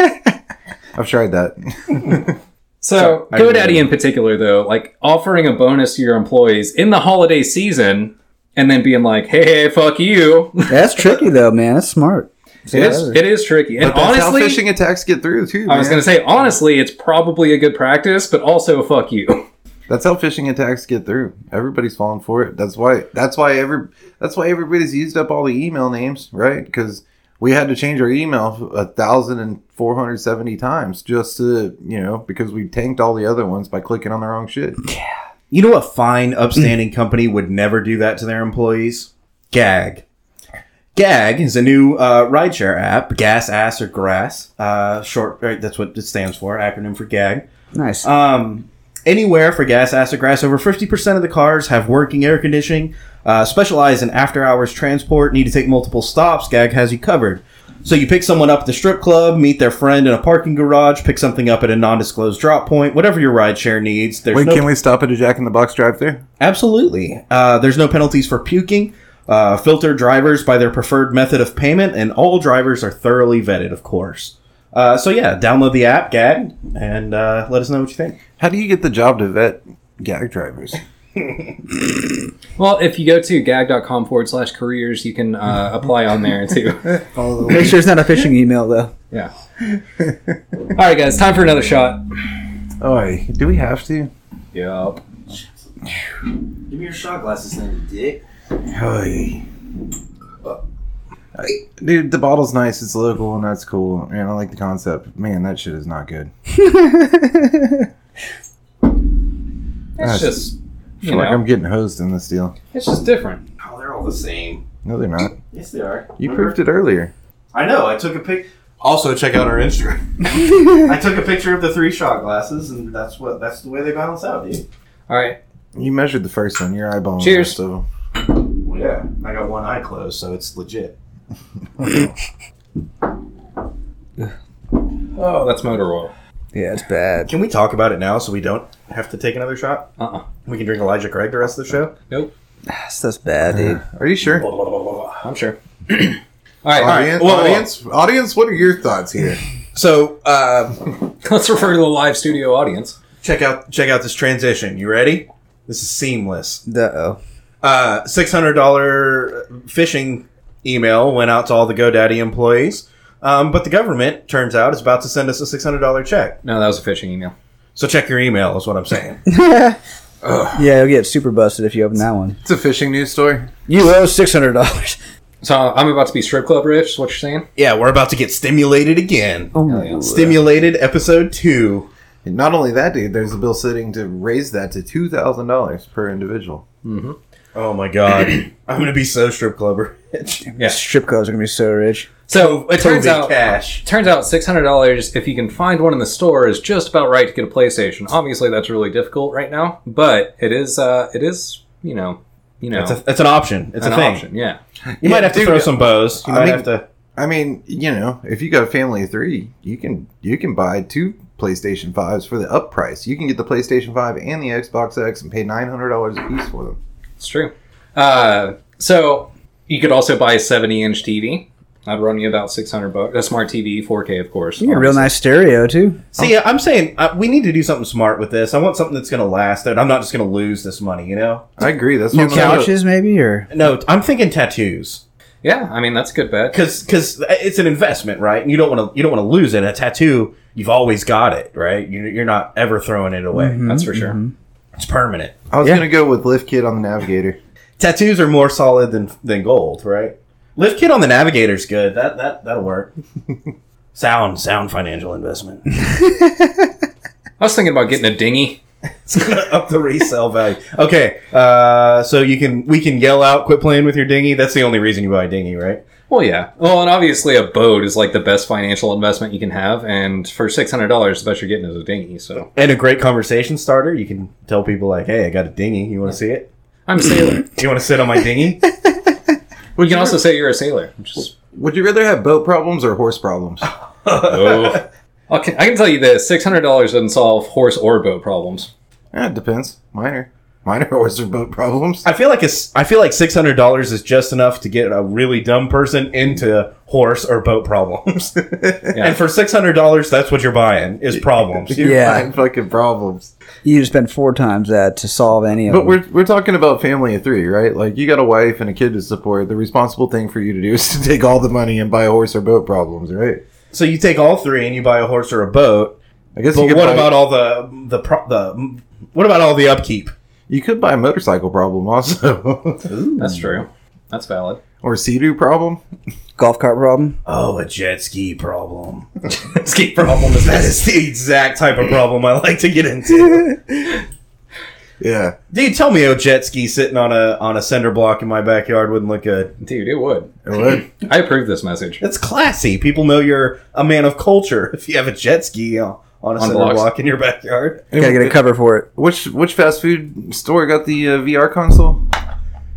I've tried that.
So
I didn't
GoDaddy in particular, though, like offering a bonus to your employees in the holiday season, and then being like, "Hey, hey fuck you."
That's tricky though, man. That's smart.
it is. It is tricky. And
But that's
honestly,
how phishing attacks get through too.
I was
man.
going to say, honestly, it's probably a good practice, but also fuck you.
That's how phishing attacks get through. Everybody's falling for it. That's why. That's why every. That's why everybody's used up all the email names, right? Because we had to change our email a thousand and four hundred seventy times just to you know because we tanked all the other ones by clicking on the wrong shit.
You know, a fine, upstanding company would never do that to their employees. Gag. Gag is a new uh, rideshare app. Gas, ass, or grass. Uh, short. Right, that's what it stands for. Acronym for Gag.
Nice.
Um, anywhere for gas, acid, or grass. Over 50% of the cars have working air conditioning, uh, specialize in after hours transport, need to take multiple stops. Gag has you covered. So you pick someone up at the strip club, meet their friend in a parking garage, pick something up at a non-disclosed drop point, whatever your rideshare needs. There's
Wait,
no
can we stop at a Jack in the Box drive-through?
Absolutely. Uh, there's no penalties for puking. Uh, filter drivers by their preferred method of payment, and all drivers are thoroughly vetted, of course. Uh, so yeah, download the app, Gag, and uh, let us know what you think.
How do you get the job to vet gag drivers?
Well, if you go to gag.com forward slash careers, you can uh, apply on there too.
Make sure it's not a phishing email though.
Yeah. All right, guys, time for another shot.
Oh, do we have to?
Yep.
Give me your shot glasses then, you dick.
Hey. Uh, Dude, the bottle's nice. It's local, and that's cool. And I like the concept. Man, that shit is not good.
It's
That's-
just,
I
you
feel like I'm
know,
getting hosed in this deal.
it's just different.
Oh, they're all the same.
No, they're not.
Yes, they are.
You
Remember?
proved it earlier.
I know. I took a pic.
Also, check out our Instagram.
I took a picture of the three shot glasses, and that's what. That's the way they balance out, dude.
All right.
You measured the first one. Your eyeball.
Cheers.
So
Well, yeah. I got one eye closed, so it's legit.
Oh, that's motor oil.
Yeah, it's bad.
Can we talk about it now so we don't have to take another shot?
Uh-uh.
We can drink Elijah Craig the rest of the show.
That stuff's bad, dude.
are you sure?
I'm sure. All right.
Audience,
Whoa, whoa.
audience, audience. What are your thoughts here?
So uh,
Let's refer to the live studio audience.
check out check out this transition. You ready? This is seamless.
Uh oh.
uh, six hundred dollar phishing email went out to all the GoDaddy employees. Um, but the government turns out is about to send us a six hundred dollar check.
No, that was a phishing email.
So check your email is what I'm saying.
Yeah, you'll get super busted if you open that one.
It's a fishing news story.
You owe six hundred dollars.
So I'm about to be strip club rich. Is what you're saying?
yeah, we're about to get stimulated again.
Oh,
Hell yeah.
Stimulated episode two.
And not only that, dude. There's a bill sitting to raise that to two thousand dollars per individual.
Oh my god, I'm gonna be so strip clubber.
Strip clubs are gonna be so rich.
So it turns
Toby
out.
Cash.
Turns out six hundred dollars, if you can find one in the store, is just about right to get a PlayStation. Obviously, that's really difficult right now, but it is. Uh, it is. You know. You know.
That's, a, that's an option. It's
an
a thing.
option. Yeah.
You might have to
dude.
throw some bows. You
I
might
mean-
have to.
I mean, you know, if you got a family of three, you can you can buy two PlayStation fives for the up price. You can get the PlayStation Five and the Xbox X and pay nine hundred dollars a piece for them.
It's true. Uh, so you could also buy a 70 inch TV. That'd run you about 600 bucks. A smart TV, 4K, of course.
You get a real nice stereo too.
See, I'm saying uh, we need to do something smart with this. I want something that's going to last, and I'm not just going to lose this money. You know?
I agree. That's
New
what I'm
couches maybe, or
No, I'm thinking tattoos.
Yeah, I mean, that's a good bet.
because because it's an investment, right? And you don't want to you don't want to lose it. A tattoo, you've always got it, right? You- You're not ever throwing it away.
That's for sure.
Mm-hmm. It's permanent.
I was gonna go with Lift Kit on the Navigator.
Tattoos are more solid than than gold, right? Lift kit on the navigator's good. That that that'll work. sound sound financial investment.
I was thinking about getting a dinghy.
It's gonna up the resale value. Okay, uh, so you can we can yell out, quit playing with your dinghy. That's the only reason you buy a dinghy, right?
Well, yeah. Well, and obviously, a boat is like the best financial investment you can have. And for $600, the best you're getting is a dinghy. So
And a great conversation starter. You can tell people like, hey, I got a dinghy. You want to see it?
I'm a sailor.
You want to sit on my dinghy?
we can also say you're a sailor, which is
Would you rather have boat problems or horse problems?
Oh. Okay, I can tell you this: six hundred dollars doesn't solve horse or boat problems.
yeah, it depends. Minor, minor horse or boat problems.
I feel like it's, I feel like six hundred dollars is just enough to get a really dumb person into horse or boat problems. And for six hundred dollars, that's what you're buying is problems.
You're
Yeah.
finding fucking problems.
you just spend four times that to solve any of
But
them.
we're we're talking about family of three, right? Like you got a wife and a kid to support. The responsible thing for you to do is to take all the money and buy a horse or boat problems, right?
so you take all three and you buy a horse or a boat.
I guess you
But
could
what
buy,
about all the the pro, the what about all the upkeep?
you could buy a motorcycle problem also,
Hmm.
That's true. That's valid.
or a sea problem.
Golf cart problem.
Oh, a jet ski problem.
Ski problem is
That is the exact type of problem I like to get into.
Yeah,
Dude, tell me a jet ski sitting on a on a cinder block in my backyard wouldn't look good.
dude. It would.
it would.
I approve this message.
That's classy. People know you're a man of culture if you have a jet ski uh, on a cinder
blocks.
block in your backyard.
Gotta get a cover for it.
Which which fast food store got the uh, VR console?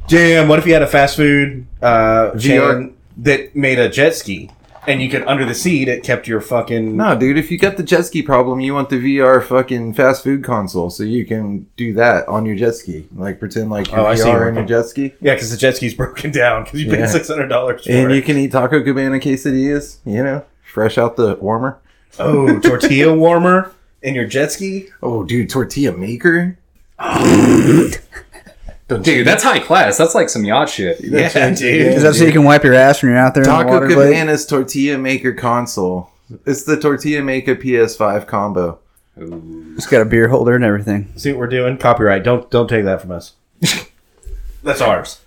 Damn, what if you had a fast food uh,
VR?
chain that made a jet ski and you could, under the seat, it kept your fucking.
No, dude. If you got the jet ski problem, you want the VR fucking fast food console so you can do that on your jet ski, like pretend like you're
Oh, I see
VR
where
on your
you're
jet ski,
Yeah, because the jet ski's broken down because you
Yeah.
paid $600 for
and
it.
you can eat Taco Cabana quesadillas. You know, fresh out the warmer.
oh, tortilla warmer in your jet ski?
Oh, dude, tortilla maker.
Dude, that's high class. That's like some yacht shit.
Yeah, dude.
Is that so you can wipe your ass when you're out there in the
Taco
water? Blake?
Cabana's tortilla maker console. It's the tortilla maker PS5 combo.
It's got a beer holder and everything.
See what we're doing? Copyright. Don't don't take that from us. That's ours.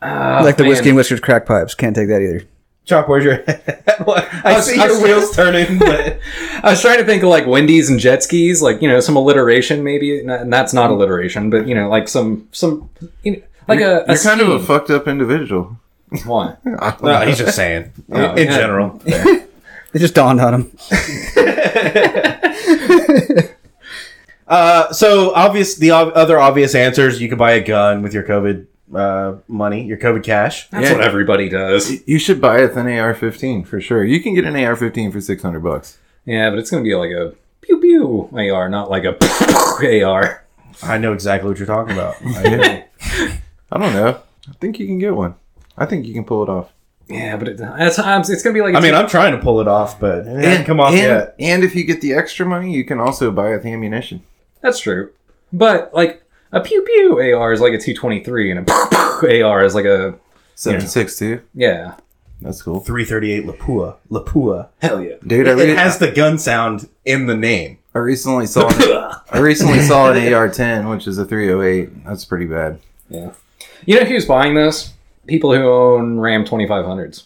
like the
Oh, man.
whiskey and whiskers crack pipes. Can't take that either.
Chop, where's your head? I
was-
see
I
your
was-
wheels turning, but.
I was trying to think of like Wendy's and jet skis, like you know, some alliteration maybe, and that- and that's not alliteration, but you know, like some some you know, like a, a
You're kind of a
scheme.
fucked up individual.
Why?
I don't
No,
know.
he's just saying.
Oh,
in
yeah.
general.
It just dawned on him.
Uh, so obvious. The ob- other obvious answers: you could buy a gun with your COVID uh, money, your COVID cash.
That's
Yeah.
what everybody does.
You should buy it with an AR-15 for sure. You can get an AR-15 for 600 bucks.
Yeah, but it's gonna be like a pew pew AR, not like a AR.
I know exactly what you're talking about.
I I don't know. I think you can get one. I think you can pull it off.
Yeah, but it, that's it's gonna be like
I mean, I'm trying to pull it off, but it hasn't come off
and,
yet.
and if you get the extra money, you can also buy it with ammunition.
That's true. But like a pew pew AR is like a 223 and a pew pew AR is like a
762.
yeah.
That's cool.
338 Lapua. Lapua. Hell yeah!
Dude, I
It,
really-
has the gun sound in the name.
I recently saw an, I recently saw an AR-10, which is a 308. That's pretty bad.
You know who's buying this? People who own Ram 2500s.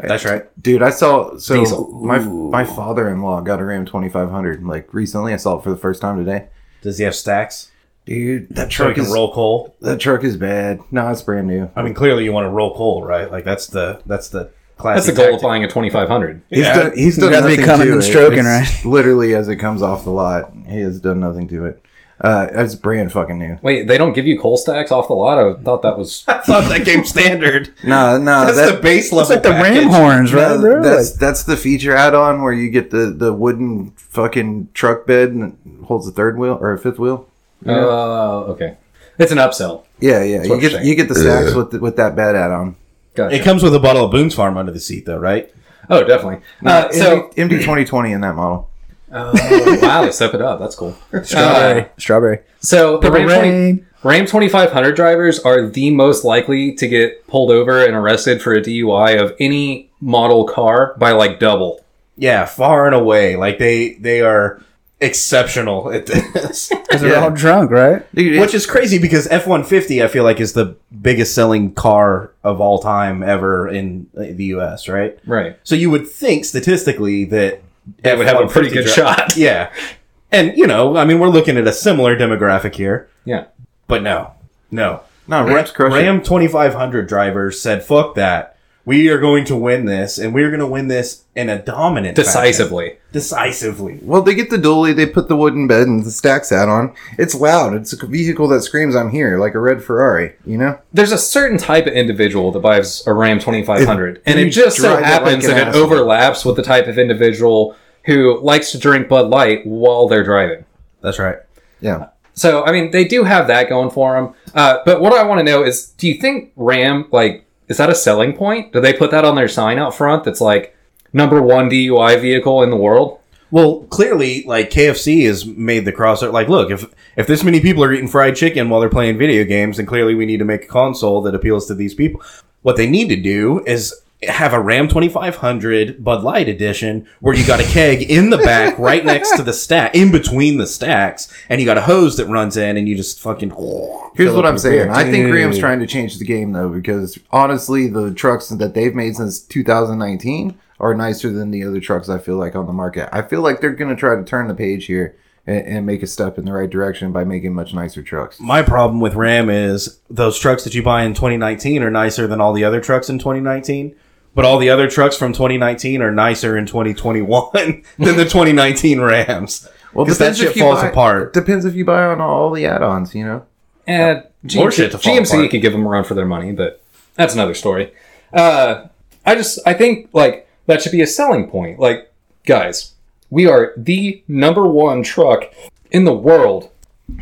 That's right.
Dude, I saw so
Diesel.
my my father-in-law got a Ram 2500 like recently. I saw it for the first time today.
Does he have stacks
Dude, that
so he
truck
can
is
roll coal?
that truck is bad. No, it's brand new.
I mean, clearly you want to roll coal, right? Like that's the that's the
That's
classic.
the goal of buying a 2500.
He's
Yeah.
done he's done
gotta be
nothing
coming
to
and
it.
stroking,
It's Literally as it comes off the lot, he has done nothing to it. Uh, that's brand fucking new.
Wait, they don't give you coal stacks off the lot? I thought that was.
I thought that game standard.
No, no,
That's
that-
the base level.
It's like the
package.
ram horns, right?
No,
bro?
that's that's the feature add-on where you get the the wooden fucking truck bed and it holds a third wheel or a fifth wheel.
Oh, okay. It's an upsell.
Yeah, yeah.
what
You
I'm
get
saying.
you get the stacks with the, with that bed add-on.
Gotcha.
It comes with a bottle of Boone's Farm under the seat, though, right?
oh, definitely.
Uh,
Uh, so,
MD, twenty twenty in that model.
oh, wow, they step it up. That's cool.
strawberry.
Uh,
strawberry.
so the Ram, 20,
Rain.
Ram 2500 drivers are the most likely to get pulled over and arrested for a DUI of any model car by like double.
Yeah, far and away. Like they they are exceptional at this,
Because they're
Yeah.
all drunk, right?
Dude,
which is crazy because F one fifty I feel like is the biggest selling car of all time ever in the U.S. Right?
Right.
So you would think statistically that
They would have a pretty good
F-150 dri-
shot.
Yeah, and you know, I mean, we're looking at a similar demographic here,
Yeah.
but no, no.
no Rams crush it.
Ram 2500 drivers said, fuck that. We are going to win this, and we are going to win this in a dominant fashion."
Decisively.
Decisively.
Well, they get the dually, they put the wooden bed and the stacks add-on. It's loud. It's a vehicle that screams, "I'm here!" like a red Ferrari. You know.
There's a certain type of individual that buys a Ram 2500, and
you
it just so
drive it like
happens
an
that it
asshole.
overlaps with the type of individual who likes to drink Bud Light while they're driving.
That's right.
Yeah.
So, I mean, they do have that going for them. Uh, but what I want to know is, do you think Ram like is that a selling point? Do they put that on their sign out front? That's like number one DUI vehicle in the world.
Well, clearly, like KFC has made the crossover. Like, look, if if this many people are eating fried chicken while they're playing video games, then clearly we need to make a console that appeals to these people. What they need to do is have a Ram 2500 Bud Light edition where you got a keg in the back, right next to the stack, in between the stacks, and you got a hose that runs in, and you just fucking.
Here's
fill
what
up
I'm
your beer.
saying. I think
Dude.
Graham's trying to change the game though, because honestly, the trucks that they've made since 2019 are nicer than the other trucks I feel like on the market. I feel like they're going to try to turn the page here and, and make a step in the right direction by making much nicer trucks.
My problem with Ram is those trucks that you buy in 2019 are nicer than all the other trucks in 2019, but all the other trucks from 2019 are nicer in 2021 than the 2019 Rams.
Well,
Because that
depends
shit
if you
falls
buy-
apart.
Depends if you buy on all the add-ons, you know.
And
More
GMC,
shit to fall
GMC
apart.
could give them a run for their money, but that's another story. Uh, I just I think like that should be a selling point. Like, guys, we are the number one truck in the world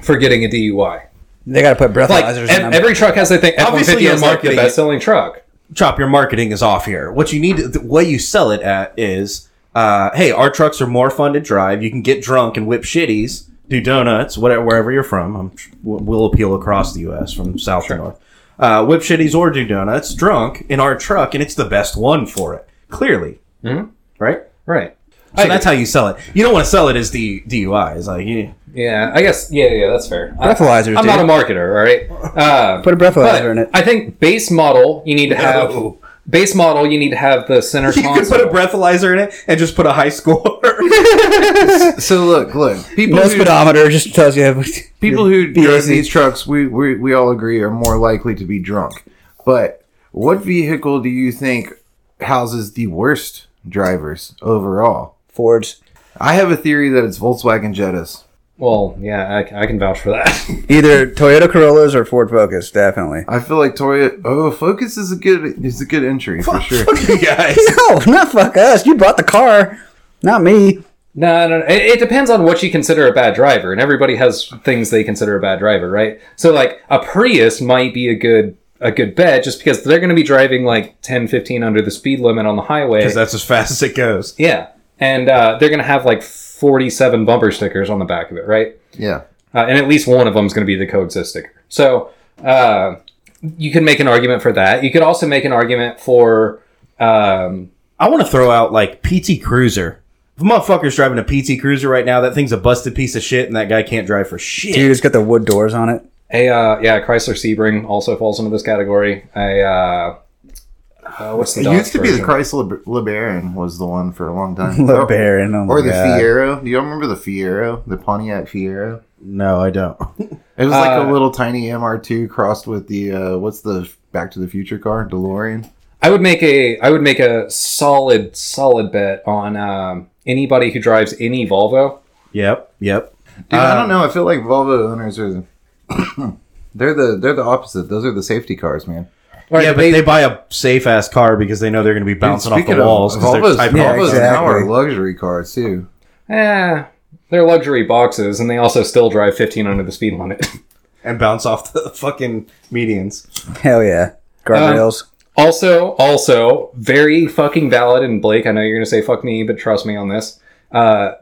for getting a DUI.
They got to put breathalyzers
Like
in
ev-
them.
every truck has their thing.
Obviously,
Obviously,
you're
is like the
marketing
best selling truck.
Chop, your marketing is off here. What you need, the way you sell it at is, uh, hey, our trucks are more fun to drive. You can get drunk and whip shitties, do donuts, whatever, wherever you're from. I'm, we'll appeal across the U.S. from south to north. Uh, whip shitties or do donuts drunk in our truck, and it's the best one for it. Clearly, mm-hmm. right?
Right.
So that's how you sell it. You don't want to sell it as the DUIs. Like, you,
Yeah, I guess. Yeah, yeah, that's fair. I-
Breathalyzers,
I'm not a
dude.
marketer. All right. Uh,
put a
but
breathalyzer in it.
I think base model you need to have
No.
base model you need to have the center
you could
console.
put a breathalyzer in it and just put a high score.
So look, look, people
No
who,
speedometer just tells you.
people who drive
BAC.
these trucks, we, we we all agree, are more likely to be drunk. But what vehicle do you think houses the worst drivers overall?
Fords.
I have a theory that it's Volkswagen Jettas.
Well, yeah, I, I can vouch for that.
Either Toyota Corollas or Ford Focus, definitely.
I feel like Toyota. Oh, Focus is a good is a good entry for sure.
you guys.
No, not fuck us. You bought the car, not me.
no, no, no. It, it depends on what you consider a bad driver, and everybody has things they consider a bad driver, right? So, like a Prius might be a good a good bet just because they're going to be driving like 10, 15 under the speed limit on the highway.
Because that's as fast as it goes.
yeah, and uh, they're going to have like forty-seven bumper stickers on the back of it, right?
Yeah,
uh, and at least one of them is going to be the coexist sticker. So uh, you can make an argument for that. You could also make an argument for um,
I want to throw out like PT Cruiser. If a motherfucker's driving a PT Cruiser right now, that thing's a busted piece of shit, and that guy can't drive for shit.
Dude, it's got the wood doors on it.
a uh, yeah Chrysler Sebring also falls into this category. A uh, uh, what's the
it
Dodge
used to be the
version?
Chrysler Lib- LeBaron was the one for a long time.
The Baron. Oh my
or the
God.
Fiero. Do you all remember the Fiero, the Pontiac Fiero?
No, I don't.
It was like
Uh,
a little tiny MR2 crossed with the uh, what's the Back to the Future car, DeLorean.
I would make a I would make a solid solid bet on um, anybody who drives any Volvo.
Yep, yep.
Dude, I
Um,
don't know. I feel like Volvo owners are they're the they're the opposite. Those are the safety cars, man.
yeah, but they, buy a safe ass car because they know they're going to be bouncing off
Speaking
the walls. 'cause they're
Volvo's,
type
Volvo's
R.
Yeah, exactly.
now are luxury cars too.
Eh, they're luxury boxes, and they also still drive 15 under the speed limit.
and bounce off the fucking medians.
Hell yeah. Guardrails.
Also, also very fucking valid. And Blake, I know you're gonna say fuck me, but trust me on this. Uh,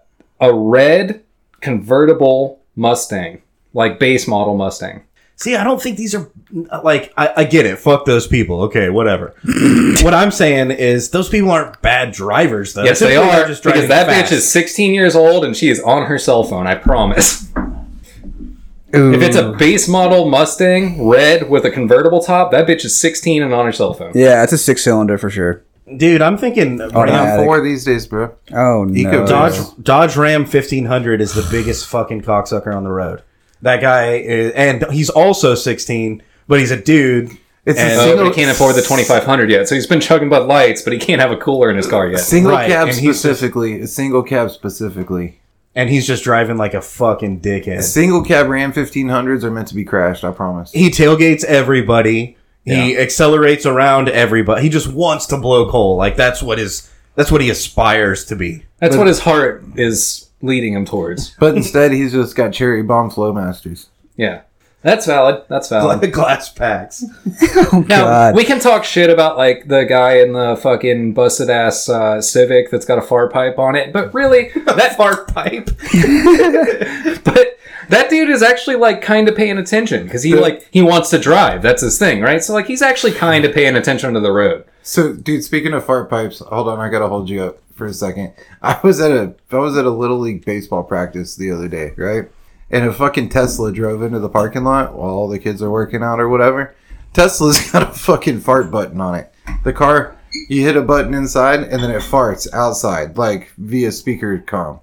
a red convertible Mustang, like base model Mustang.
See, I don't think these are like I, I get it. Fuck those people. Okay, whatever. what I'm saying is those people aren't bad drivers though.
yes, they
Typically,
are.
they're just driving
because that
fast.
bitch is 16 years old and she is on her cell phone. I promise. If it's
Mm.
a base model Mustang, red with a convertible top, that bitch is 16 and on her cell phone.
yeah, it's a six cylinder for sure.
dude. I'm thinking
Oh,
Ram-
Ram four these days, bro.
Oh
Eco
no.
Dodge Dodge Ram 1500 is the biggest fucking cocksucker on the road. That guy is, and he's also 16, but he's a dude.
It's
And-
a
Oh,
single,
but he can't afford the 2500 yet, so he's been chugging Bud Lights, but he can't have a cooler in his car yet.
single
Right,
cab
and he's just-
specifically. A single cab specifically.
And he's just driving like a fucking dickhead.
Single cab Ram 1500s are meant to be crashed. I promise.
he tailgates everybody. He accelerates around everybody. He just wants to blow coal. Like that's what his that's what he aspires to be.
That's what his heart is leading him towards.
But instead, he's just got cherry bomb flowmasters.
Yeah. That's valid. That's valid.
Glass packs.
now,
God.
we can talk shit about like the guy in the fucking busted ass uh, Civic that's got a fart pipe on it, but really, that fart pipe. but that dude is actually like kind of paying attention because he like he wants to drive. That's his thing, right? So like he's actually kind of paying attention to the road.
So, dude, speaking of fart pipes, hold on, I gotta hold you up for a second. I was at a I was at a little league baseball practice the other day, right? And a fucking Tesla drove into the parking lot while all the kids are working out or whatever. Tesla's got a fucking fart button on it. The car, you hit a button inside, and then it farts outside, like via speaker com.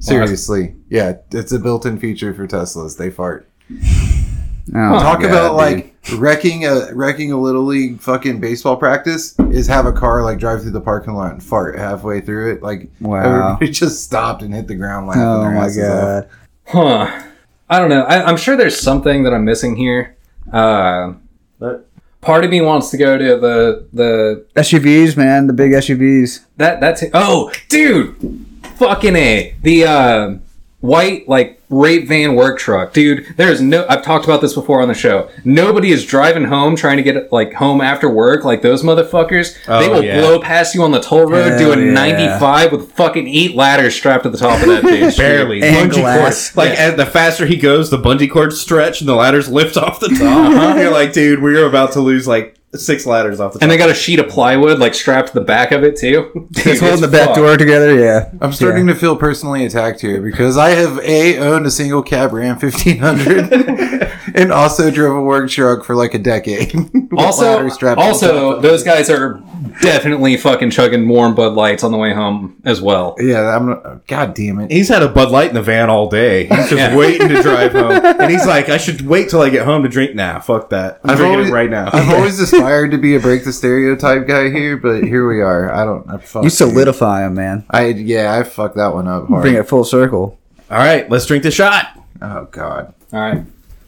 Seriously, yeah, it's a built-in feature for Teslas. They fart.
Oh,
Talk
God,
about
dude.
like wrecking a wrecking a little league fucking baseball practice is have a car like drive through the parking lot and fart halfway through it. Like
Wow.
everybody just stopped and hit the ground laughing.
Oh
their
my
asses off.
god.
Huh. I don't know. I, I'm sure there's something that I'm missing here. Uh,
But-
part of me wants to go to the the
SUVs, man, the big SUVs.
That that's oh, dude, fucking a the uh, white like rape van work truck, dude. There's no I've talked about this before on the show. Nobody is driving home trying to get like home after work like those motherfuckers. they
Oh,
will
yeah.
blow past you on the toll road
Hell
doing
yeah.
95 with fucking eight ladders strapped to the top of that bitch.
Barely.
And
bungee
glass.
cord. Like as the faster he goes, the bungee cords stretch and the ladders lift off the top. You're like, dude, we're about to lose like six ladders off the top.
And they got a sheet of plywood like strapped to the back of it too. Dude,
Just holding
it's
the back
fucked.
door together, yeah.
I'm starting to feel personally attacked here because I have a owned a single cab Ram 1500 and also drove a work truck for like a decade. With
Also,
ladder strapped on top
also
of
those
it.
guys are definitely fucking chugging warm Bud Lights on the way home as well.
Yeah, I'm. God damn it.
He's had a Bud Light in the van all day. He's just
Yeah.
waiting to drive home. And he's like, I should wait till I get home to drink. Nah, fuck that. I'm
I've
drinking
always-
it right now.
I've always aspired to be a break the stereotype guy here, but here we are. I don't. I fuck,
You
dude.
solidify them, man.
I yeah, I fucked that one up hard.
Bring it full circle.
all right, let's drink the shot.
Oh god.
All right.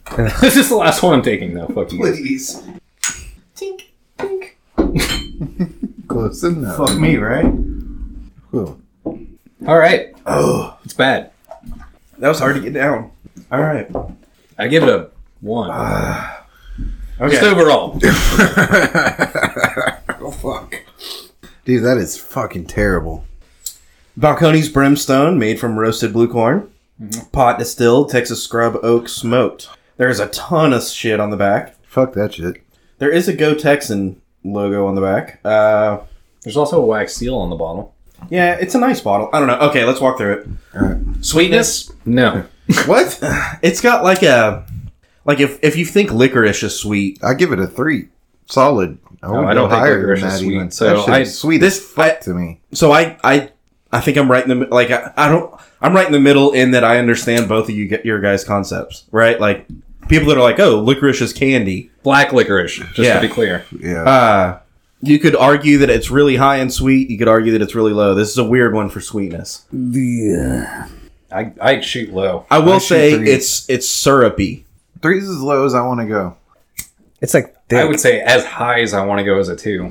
this is the last one I'm taking, though. Fuck you.
Please.
Close enough.
Fuck me, right?
Cool.
All right.
Oh,
It's bad.
that was hard to get down. All right.
I give it a one.
Okay.
Just overall.
oh fuck. Dude, that is fucking terrible.
Balcones Brimstone, made from roasted blue corn.
Mm-hmm.
Pot distilled, Texas scrub oak smoked. There's a ton of shit on the back.
Fuck that shit.
There is a Go Texan logo on the back. Uh,
There's also a wax seal on the bottle.
yeah, it's a nice bottle. I don't know. Okay, let's walk through it.
Sweetness? No.
What?
It's got like a like if if you think licorice is sweet,
I give it a three. Solid. I wouldn't
I don't
go
think
higher
licorice
than
is
that
sweet,
even.
so
that shit
I-
is sweet
this-
as fuck
I-
to me.
so I I I think I'm right in the mi- like I, I don't I'm right in the middle in that I understand both of you get your guys' concepts right like people that are like oh licorice is candy
Black licorice, just
Yeah.
to be clear.
Yeah.
uh you could argue that it's really high and sweet you could argue that it's really low this is a weird one for sweetness
Yeah.
I I shoot low.
I will
I shoot
say
threes.
it's it's syrupy.
Three's as low as I want to go.
It's like thick.
I would say as high as I want to go as a two.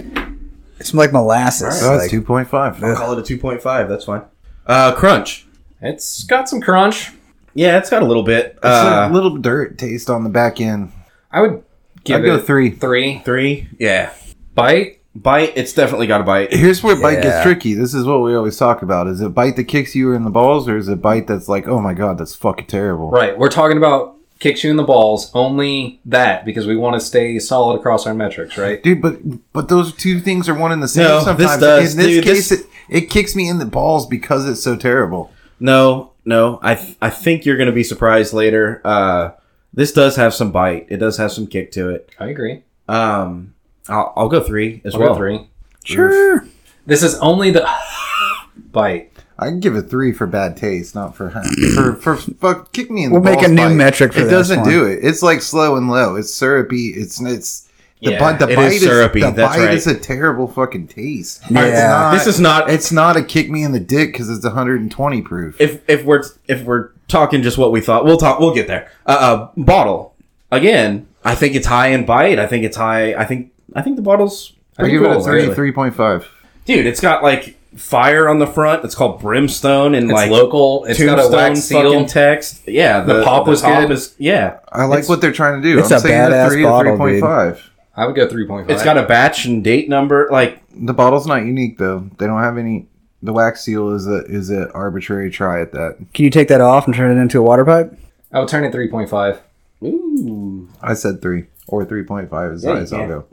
it's like molasses.
So that's
like-
two point five.
I'll call it a two point five. That's fine. Uh, crunch.
It's got some crunch.
Yeah, it's got a little bit.
It's a
Uh,
little dirt taste on the back end.
I would give
I'd
it
go three.
three
three. Yeah,
bite.
bite. It's definitely got a bite.
Here's where bite
Yeah.
gets tricky. This is what we always talk about. Is it bite that kicks you in the balls, or is it bite that's like, oh my god, that's fucking terrible?
Right, we're talking about kicks you in the balls. Only that because we want to stay solid across our metrics, right?
Dude, but but those two things are one and the same.
No, this
sometimes
does,
in this
dude,
case,
this-
it, it kicks me in the balls because it's so terrible.
No, no. I th- I think you're gonna be surprised later. Uh, this does have some bite. It does have some kick to it.
I agree.
Um, I'll, I'll go three as
I'll
well.
go three. Sure. This is only the bite.
I can give it three for bad taste, not for for for fuck kick me in the
We'll
balls.
make a new
bite.
metric for
it
this
doesn't
one.
do it. It's like slow and low. It's syrupy. It's it's the
Yeah,
bite. The
it
bite
is
is,
syrupy,
The
that's
bite
right.
is a terrible fucking taste. It's
Yeah.
not,
Uh, This is not.
It's not a kick me in the dick because it's 120 proof.
if if we're if we're talking just what we thought, we'll talk. We'll get there. Uh, uh bottle again. I think it's high in bite. I think it's high. I think I think the bottle's
I
think
give it a
cool, really.
33.5.
dude. It's got like fire on the front. It's called brimstone and
It's
like
local. It's got a
tombstone
wax seal.
fucking text. Yeah,
The pop was good.
is- yeah,
I like
It's-
what they're trying to do.
it's
I'm
a
saying
badass
three
bottle,
to 3.5.
I would go three point five.
it's got a batch and date number. Like
The bottle's not unique though. They don't have any. The wax seal is a is an arbitrary try at that.
Can you take that off and turn it into a water pipe?
I would turn it three point five.
ooh,
I said three or 3.5 is
Yeah,
yeah,
you
as I'll
can.
go.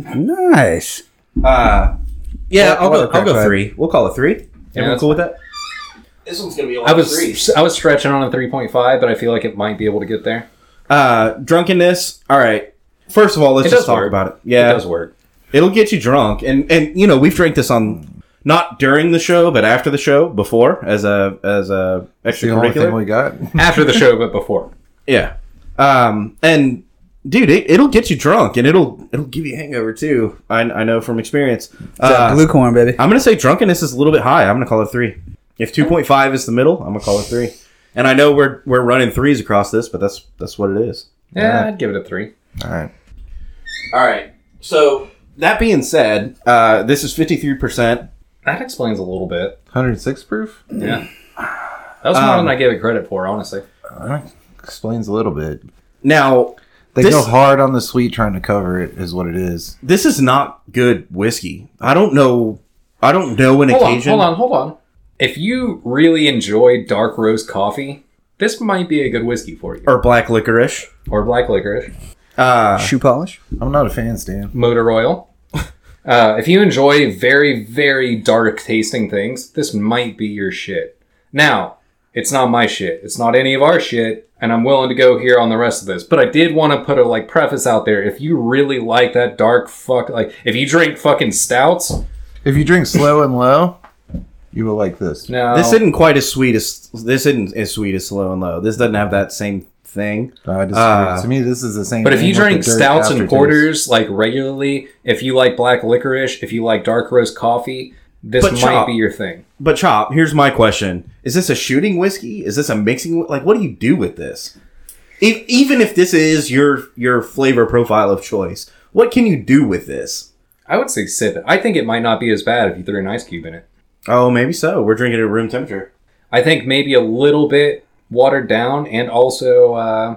Nice.
uh, yeah.
What-
I'll
what
go.
a
I'll go
crack
three. We'll call it three.
Yeah,
Everyone
that's
cool with that?
This one's gonna be a lot
I
of
was
threes.
I was stretching on a three point five, but I feel like it might be able to get there.
Uh, drunkenness. All right. First of all, let's
It
just
does
talk
work.
about it. Yeah,
It does work.
it'll get you drunk and and you know we've drank this on not during the show but after the show before as a as a
It's the only thing
extracurricular
we got.
After the show, but before.
yeah um and dude it, it'll get you drunk and it'll it'll give you a hangover too i, I know from experience
That
uh,
blue corn, baby.
i'm gonna say drunkenness is a little bit high i'm gonna call it three if 2.5 is the middle i'm gonna call it three and i know we're we're running threes across this but that's that's what it is
Yeah, I'd give it a three.
All right.
all right so that being said uh this is 53%
That explains a little bit.
106 proof?
Yeah. That was more than I gave it credit for, honestly.
Uh, That explains a little bit.
now
They
This-
go hard on the sweet trying to cover it, is what it is.
this is not good whiskey. I don't know. I don't know an
Hold on,
occasion.
hold on, hold on. If you really enjoy dark roast coffee, this might be a good whiskey for you.
Or black licorice.
Or black licorice,
Uh,
Shoe polish.
I'm not a fan, Stan.
motor oil. Uh, if you enjoy very, very dark tasting things, this might be your shit. Now, it's not my shit. It's not any of our shit, and I'm willing to go here on the rest of this. But I did want to put a like preface out there. If you really like that dark fuck, like if you drink fucking stouts,
If you drink slow and low, you will like this.
no,
this isn't quite as sweet as this isn't as sweet as slow and low. This doesn't have that same thing.
I disagree.
Uh,
to me, this is the same.
But if
thing
you
with the
drink
dirt
stouts and
aftertaste.
porters like regularly, if you like black licorice, if you like dark roast coffee, this
But
might
chop.
be your thing.
But chop. Here's my question: Is this a shooting whiskey? Is this a mixing? Like, what do you do with this? If, even if this is your your flavor profile of choice, what can you do with this?
I would say sip it. I think it might not be as bad if you threw an ice cube in it.
Oh, maybe so. We're drinking it at room temperature.
I think maybe a little bit watered down and also uh,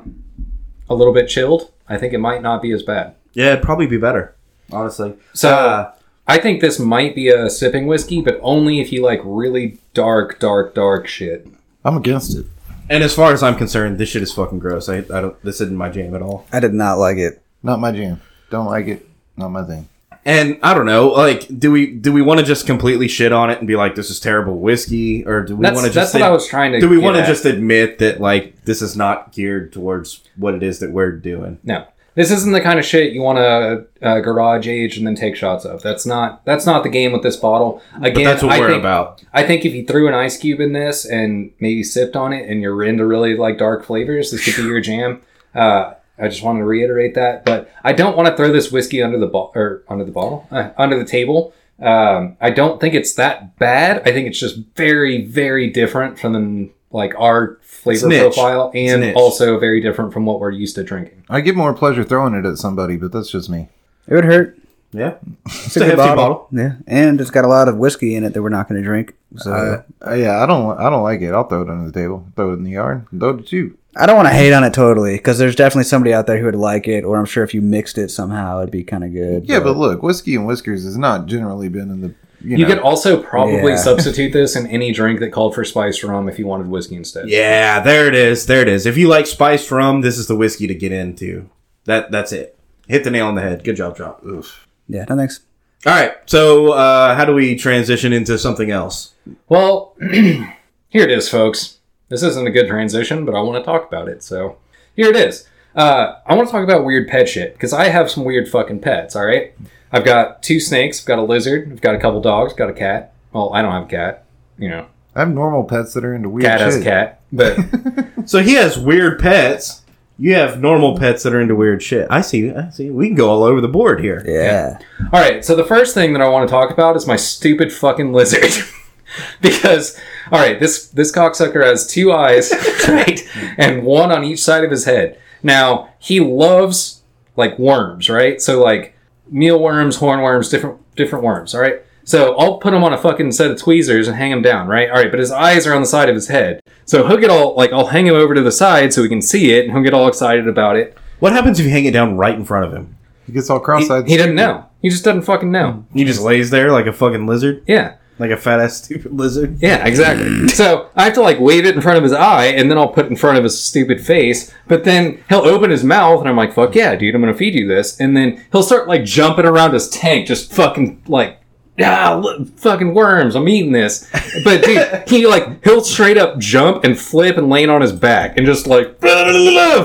a little bit chilled. I think it might not be as bad.
Yeah, it'd probably be better, honestly.
So
Uh,
I think this might be a sipping whiskey, but only if you like really dark, dark, dark shit.
I'm against it.
And as far as I'm concerned, this shit is fucking gross. I, I don't. This isn't my jam at all.
I did not like it.
Not my jam. Don't like it. Not my thing.
And I don't know. Like, do we do we want to just completely shit on it and be like, this is terrible whiskey, or do we
That's,
want to just
that's what I was trying to.
do we
get
want to
at.
just admit that like this is not geared towards what it is that we're doing?
No, this isn't the kind of shit you want to uh, garage age and then take shots of. That's not that's not the game with this bottle.
But
Again,
that's what
I
we're
think,
about.
I think if you threw an ice cube in this and maybe sipped on it, and you're into really like dark flavors, this could be your jam. Uh, I just wanted to reiterate that, but I don't want to throw this whiskey under the ball or under the bottle uh, under the table. Um, I don't think it's that bad. I think it's just very, very different from like our flavor
niche.
profile
a
and
niche.
also very different from what we're used to drinking.
I get more pleasure throwing it at somebody, but that's just me.
It would hurt.
Yeah. It's,
a
a
good
hefty
bottle.
bottle.
Yeah, and it's got a lot of whiskey in it that we're not going to drink. So
Uh, yeah, I don't. I don't like it. I'll throw it under the table. Throw it in the yard. Throw it at you.
I don't want to hate on it totally because there's definitely somebody out there who would like it, or I'm sure if you mixed it somehow, it'd be kind of good.
Yeah, but look, whiskey and whiskers has not generally been in the.
You,
You, know,
could also probably
Yeah.
substitute this in any drink that called for spiced rum if you wanted whiskey instead.
Yeah, there it is. There it is. If you like spiced rum, this is the whiskey to get into. That that's it. Hit the nail on the head. Good job, John. Oof.
yeah, no thanks.
All right. So, uh, how do we transition into something else?
Well, here it is, folks. This isn't a good transition, but I want to talk about it. So here it is. Uh, I want to talk about weird pet shit because I have some weird fucking pets. All right, I've got two snakes, I've got a lizard, I've got a couple dogs, got a cat. Well, I don't have a cat. You know,
I have normal pets that are into weird
cat
shit.
has a cat, but
So he has weird pets. You have normal pets that are into weird shit. I see. I see. We can go all over the board here.
Yeah,
All right, so the first thing that I want to talk about is my stupid fucking lizard. because all right, this this cocksucker has two eyes, right? And one on each side of his head. Now, he loves like worms, right? So like mealworms, hornworms, different different worms, all right? So I'll put him on a fucking set of tweezers and hang him down, right? All right, but his eyes are on the side of his head. So he'll get all like I'll hang him over to the side so he can see it and he'll get all excited about it.
What happens if you hang it down right in front of him?
He gets all
He,
cross-eyed.
he doesn't know. He just doesn't fucking know.
He just lays there like a fucking lizard,
Yeah.
like a fat ass stupid lizard.
Yeah, exactly. so I have to like wave it in front of his eye, and then I'll put it in front of his stupid face. But then he'll open his mouth, and I'm like, "Fuck yeah, dude! I'm gonna feed you this." And then he'll start like jumping around his tank, just fucking like, ah, look, fucking worms! I'm eating this. But dude, he like he'll straight up jump and flip and land on his back, and just like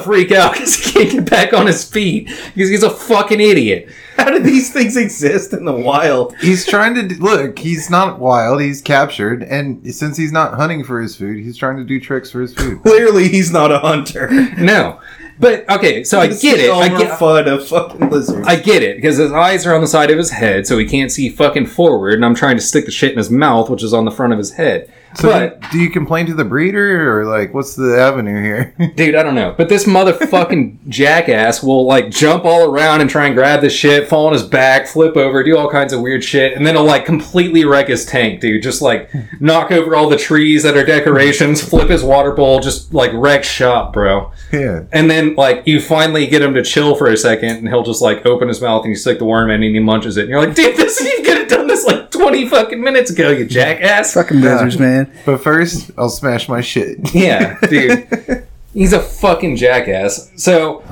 freak out because he can't get back on his feet because he's a fucking idiot.
How do these things exist in the wild?
he's trying to do, look. He's not wild. He's captured, and since he's not hunting for his food, he's trying to do tricks for his food.
Clearly, he's not a hunter.
No. But okay, so I
This
get
is
it.
all
I
more
get,
fun of fucking lizards.
I get it because his eyes are on the side of his head, so he can't see fucking forward. And I'm trying to stick the shit in his mouth, which is on the front of his head.
So,
but
do you complain to the breeder, or like, what's the avenue here?
dude, I don't know. But this motherfucking jackass will like jump all around and try and grab the shit, fall on his back, flip over, do all kinds of weird shit, and then he'll like completely wreck his tank, dude. Just like knock over all the trees that are decorations, flip his water bowl, just like wreck shop, bro.
yeah.
And then, like, you finally get him to chill for a second, and he'll just, like, open his mouth and you stick the worm in and he munches it. And you're like, dude, this, you could have done this, like, 20 fucking minutes ago, you jackass.
fucking losers, man.
But first, I'll smash my shit.
Yeah, dude. he's a fucking jackass. So,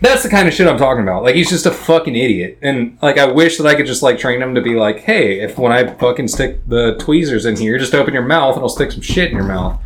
that's the kind of shit I'm talking about. Like, he's just a fucking idiot. And, like, I wish that I could just, like, train him to be like, hey, if when I fucking stick the tweezers in here, just open your mouth and I'll stick some shit in your mouth.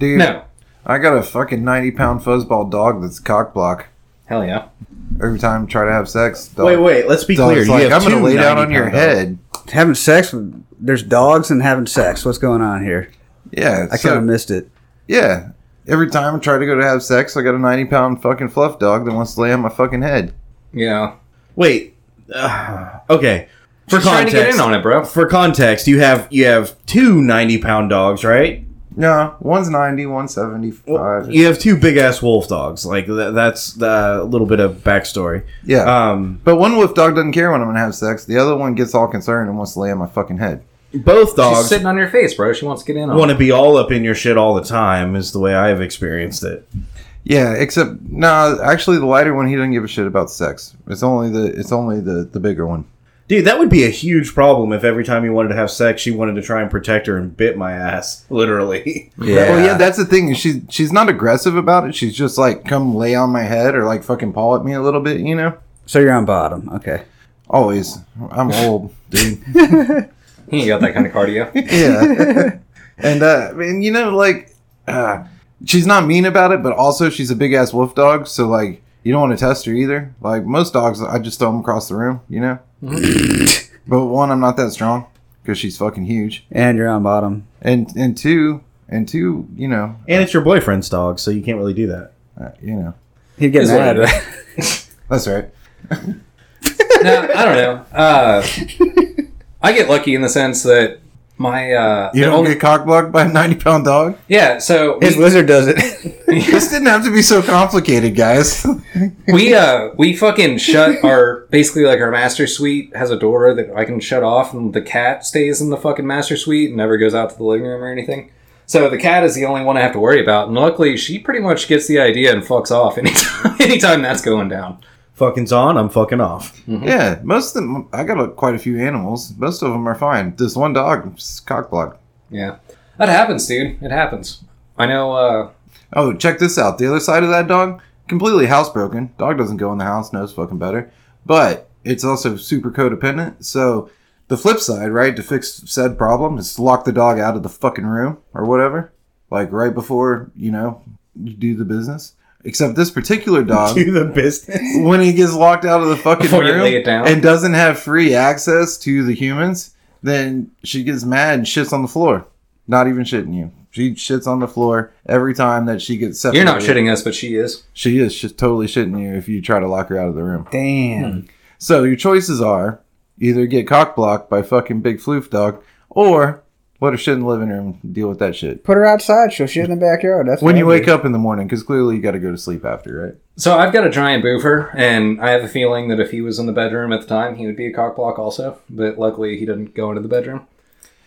Dude,
No.
I got a fucking 90 pound fuzzball dog that's cock block.
Hell yeah.
Every time I try to have sex, dog,
wait, wait. Let's be clear.
dog's
You
like,
have
I'm going
two
to lay down on
90
your
pound
head.
Having sex, with, there's dogs and having sex. What's going on here?
Yeah.
I
so-
kind of missed it.
yeah. Every time I try to go to have sex, I got a 90 pound fucking fluff dog that wants to lay on my fucking head.
Yeah.
Wait. Uh, okay. For
Just trying to get
context,
in on it, bro.
for context, you have you have two 90 pound dogs, right?
No, one's 90, one's 75.
You have two big ass wolf dogs. Like th- that's the- a little bit of backstory.
yeah.
Um,
but one wolf dog doesn't care when I'm going to have sex. The other one gets all concerned and wants to lay on my fucking head.
both
She's
dogs
sitting on your face, bro. She wants to get in on it.
want to be all up in your shit all the time. Is the way I've experienced it.
Yeah, except no, actually the lighter one he doesn't give a shit about sex. It's only the it's only the the bigger one.
Dude, that would be a huge problem if every time you wanted to have sex, she wanted to try and protect her and bit my ass, literally.
Yeah. Well, yeah, that's the thing. is She's she's not aggressive about it. She's just like come lay on my head or like fucking paw at me a little bit, you know.
So you're on bottom. Okay.
Always, I'm old, dude.
He ain't got that kind of cardio.
Yeah, and uh, I mean, you know, like uh, she's not mean about it, but also she's a big ass wolf dog, so like you don't want to test her either. Like most dogs, I just throw them across the room, you know.
Mm-hmm.
but one, I'm not that strong because she's fucking huge.
And you're on bottom.
and and two and two you know
And it's your boyfriend's dog, so you can't really do that.
uh, you know
He'd get
Is what
mad.
it
Right?
that's right
no, I don't know. Uh, I get lucky in the sense that My uh,
You
the
don't
only-
get cockblocked by a 90 pound dog?
yeah. So
His lizard does it.
this didn't have to be so complicated, guys.
we uh we fucking shut our basically like our master suite has a door that I can shut off and the cat stays in the fucking master suite and never goes out to the living room or anything. So the cat is the only one I have to worry about, and luckily she pretty much gets the idea and fucks off anytime anytime that's going down.
Fucking's on, I'm fucking off.
yeah, most of them, I got a, quite a few animals. Most of them are fine. This one dog is cockblocked.
Yeah. That happens, dude. It happens. I know uh
Oh, check this out. The other side of that dog, completely housebroken. Dog doesn't go in the house, knows fucking better. But it's also super codependent. So the flip side, right, to fix said problem is to lock the dog out of the fucking room or whatever. Like right before, you know, you do the business. Except this particular dog
Do the business.
when he gets locked out of the fucking
Before you
room
lay it down.
and doesn't have free access to the humans, then she gets mad and shits on the floor. Not even shitting you. She shits on the floor every time that she gets separated.
you're not shitting us, but she is.
She is sh- totally shitting you if you try to lock her out of the room.
Damn.
So your choices are either get cock blocked by fucking big floof dog or let her shit in the living room and deal with that shit.
Put her outside. She'll shit in the backyard. That's
When
what
you
I
wake
do.
up in the morning, because clearly you got to go to sleep after, right?
So I've got a giant boofer, and I have a feeling that if he was in the bedroom at the time, he would be a cock block also. But luckily, he didn't go into the bedroom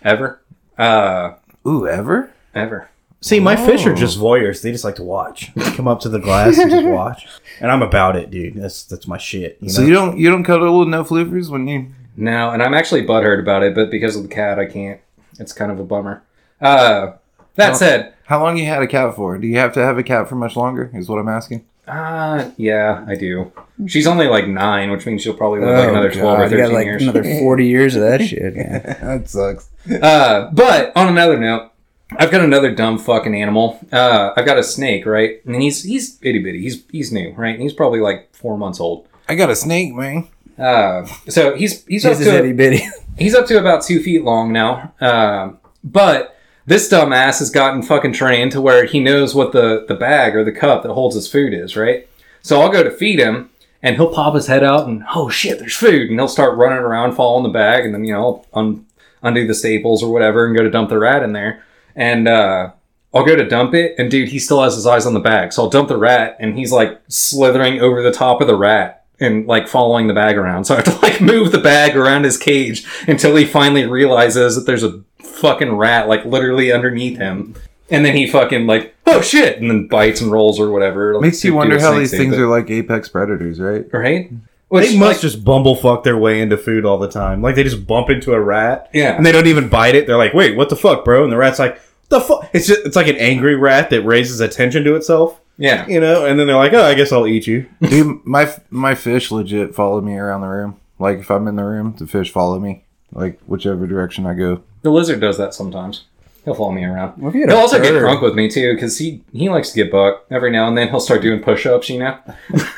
ever, uh,
Ooh, ever?
ever.
See, my fish are just voyeurs. They just like to watch. They come up to the glass and just watch. And I'm about it, dude. That's that's my shit. You know?
So you don't you don't cuddle with no floofers when you
No, and I'm actually butthurt about it, but because of the cat, I can't. It's kind of a bummer. Uh, that said,
How long you had a cat for? Do you have to have a cat for much longer? Is what I'm asking.
uh, yeah, I do. She's only like nine, which means she'll probably live like
Oh,
another twelve or
God, you
thirteen
got like
years.
another 40 years of that shit, man.
That sucks.
Uh, but on another note, I've got another dumb fucking animal. Uh, I've got a snake, right? And he's he's itty bitty. He's he's new, right? And he's probably like four months old.
I got a snake, man.
Uh, so he's he's up
This is
to
itty bitty.
he's up to about two feet long now. Um, but this dumbass has gotten fucking trained to where he knows what the the bag or the cup that holds his food is, right? So I'll go to feed him. And he'll pop his head out and oh shit, there's food, and he'll start running around, following the bag, and then you know, I'll un- undo the staples or whatever and go to dump the rat in there. And uh, I'll go to dump it, and dude, he still has his eyes on the bag. So I'll dump the rat, and he's like slithering over the top of the rat and like following the bag around. So I have to like move the bag around his cage until he finally realizes that there's a fucking rat like literally underneath him. And then he fucking like, oh shit, and then bites and rolls or whatever. Like,
Makes
do-
you
do
wonder
what
how
snakes
these
do,
things
but-
are like apex predators, right?
right. Which,
they must
like,
just bumblefuck their way into food all the time. Like they just bump into a rat.
Yeah.
And they don't even bite it. They're like, wait, what the fuck, bro? And the rat's like, the fuck? It's just, it's like an angry rat that raises attention to itself,
yeah.
you know? And then they're like, oh, I guess I'll eat you.
Dude, my my fish legit follow me around the room. Like if I'm in the room, the fish follow me. Like whichever direction I go.
The lizard does that sometimes. He'll follow me around.
if you had
He'll
a
also get
bird-
drunk with me too, because he he likes to get bucked every now and then. He'll start doing push-ups, you know.
Oh,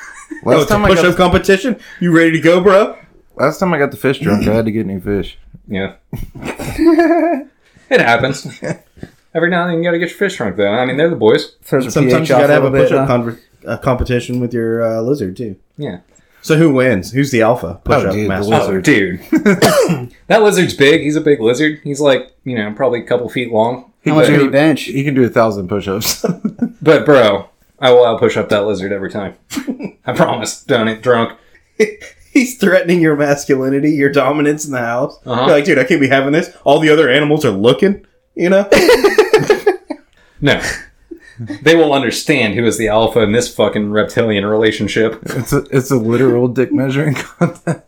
Last
it's a
time I
push
got
up competition? You ready to go, bro?
last time I got the fish drunk, I had to get new fish.
Yeah, it happens. Every now and then you gotta get your fish drunk, though. I mean, they're the boys.
Throws the
Sometimes
pH
you
off
gotta have a
little
push
bit,
up
huh?
conver- uh, competition with your uh, lizard, too.
Yeah.
So who wins? Who's the alpha push up
dude, the
master?
lizard.
Oh, dude, that lizard's big. He's a big lizard. He's like you know probably a couple feet long.
How much
But-
can he bench?
You can do a thousand push ups.
But bro, I will out push up that lizard every time. I promise. Done it drunk.
He's threatening your masculinity, your dominance in the house.
Uh-huh.
You're like, dude, I can't be having this. All the other animals are looking, you know?
No. They will understand who is the alpha in this fucking reptilian relationship.
it's a it's a literal dick measuring contest.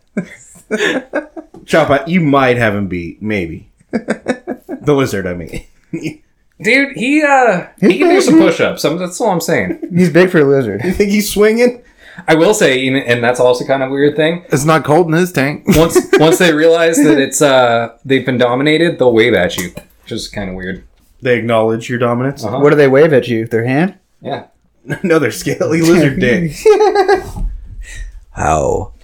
Chop, I- you might have him beat, maybe. the lizard, I mean.
Dude, he uh he can do some push-ups. I'm, that's all I'm saying.
He's big for a lizard.
You think he's swinging?
I will say, and- and that's also kind of a weird thing.
It's not cold in his tank.
Once once they realize that it's uh they've been dominated, they'll wave at you, which is kind of weird.
They acknowledge your dominance.
Uh-huh.
What do they wave at you? Their hand?
Yeah.
no, they're scaly lizard dicks.
How?
All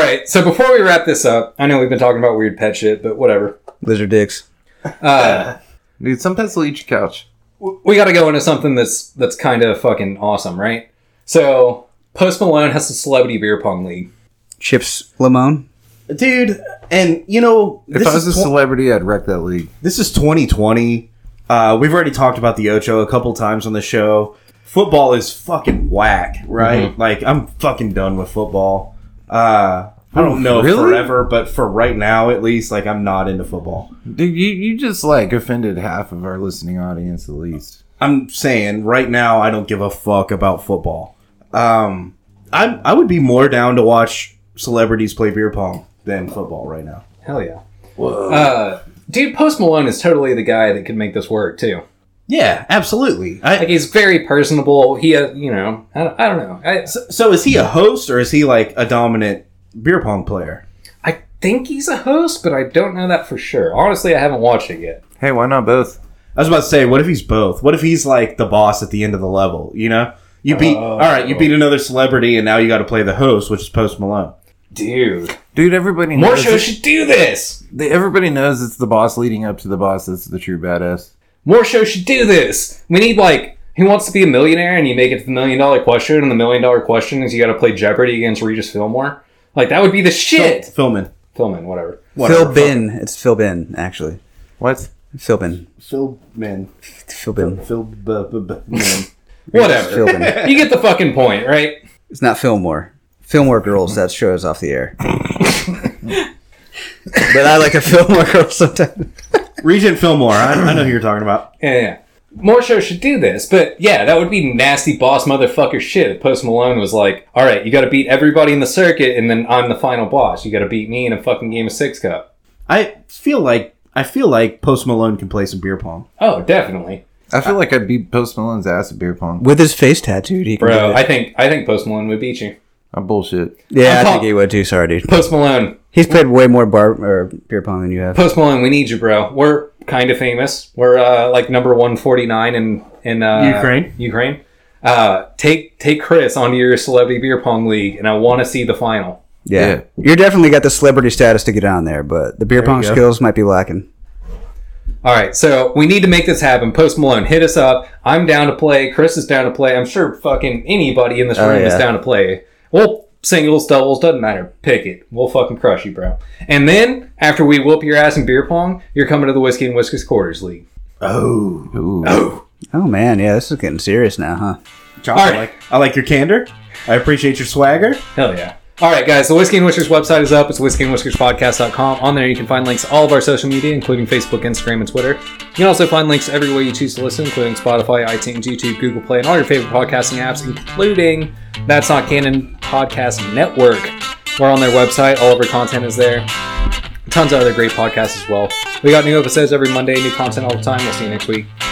right. So before we wrap this up, I know we've been talking about weird pet shit, but whatever.
Lizard dicks.
Uh,
Dude, some pets will eat your couch.
w- we got to go into something that's that's kind of fucking awesome, right? So Post Malone has the Celebrity Beer Pong League.
Chips Lamone.
dude. And you know,
If
this
I was a
is tw-
celebrity, I'd wreck that league.
this is 2020. Uh, we've already talked about the Ocho a couple times on the show. Football is fucking whack, right? Like I'm fucking done with football. Uh, I don't know if
Really?
forever, but for right now at least, like I'm not into football.
Dude, you, you just like offended half of our listening audience at least.
I'm saying right now I don't give a fuck about football. Um, I I would be more down to watch celebrities play beer pong than football right now.
Hell yeah. Whoa. Uh, dude, Post Malone is totally the guy that could make this work too.
Yeah, absolutely. I,
Like he's very personable. He, uh, you know, I don't, I don't know. I,
so is he a host or is he like a dominant beer pong player?
I think he's a host, but I don't know that for sure. Honestly, I haven't watched it yet.
Hey, why not both?
I was about to say, what if he's both? What if he's like the boss at the end of the level? You know, you beat all right, you beat another celebrity, and now you got to play the host, which is Post Malone.
Dude,
Dude, everybody
more
knows
shows should do this.
they, everybody knows it's the boss leading up to the boss that's the true badass.
More shows should do this. We need like who wants to be a millionaire, and you make it to the million dollar question, and the million dollar question is you got to play Jeopardy against Regis Philmore. Like that would be the shit.
Filming.
Philman, whatever.
Whatever.
Phil Bin. It's Phil Bin, actually.
What?
Phil Bin.
Philman.
Phil Bin.
Phil. B- b- b- man.
Whatever.
Phil Bin.
you get the fucking point, right?
It's not Fillmore. Fillmore Girls, that show is off the air. but I like a Fillmore Girls sometimes.
Regent Fillmore. I, I know who you're talking about.
Yeah, yeah. More shows should do this, but yeah, that would be nasty boss motherfucker shit if Post Malone was like, all right, you gotta beat everybody in the circuit, and then I'm the final boss. You gotta beat me in a fucking game of Six Cup.
I feel like I feel like Post Malone can play some beer pong.
Oh, definitely.
I feel like I'd beat Post Malone's ass at beer pong.
With his face tattooed, he can
Bro,
do it.
I think I think Post Malone would beat you.
I'm bullshit.
yeah, I
I'm
think he would too. Sorry, dude.
Post Malone.
He's played way more bar or beer pong than you have.
Post Malone, we need you, bro. We're kinda famous. We're uh, like number one forty nine in in uh,
Ukraine?
Ukraine. Uh, take take Chris onto your celebrity beer pong league, and I wanna see the final.
Yeah.
Yeah.
You're definitely got the celebrity status to get on there, but the beer pong
go.
skills might be lacking.
All right, so we need to make this happen. Post Malone, hit us up. I'm down to play. Chris is down to play. I'm sure fucking anybody in this room is
yeah.
down to play. Well, singles, doubles, doesn't matter. Pick it. We'll fucking crush you, bro. And then after we whoop your ass in beer pong, you're coming to the Whiskey and Whiskers Quarters League.
Oh,
Ooh.
Oh man, yeah, this is getting serious now, huh?
John,
All right.
I like I like your candor. I appreciate your swagger.
Hell yeah. All right, guys, the Whiskey and Whiskers website is up. It's whiskeyandwhiskerspodcast.com. On there, you can find links to all of our social media, including Facebook, Instagram, and Twitter. You can also find links everywhere you choose to listen, including Spotify, iTunes, YouTube, Google Play, and all your favorite podcasting apps, including That's Not Canon Podcast Network. We're on their website. All of our content is there. Tons of other great podcasts as well. We got new episodes every Monday, new content all the time. We'll see you next week.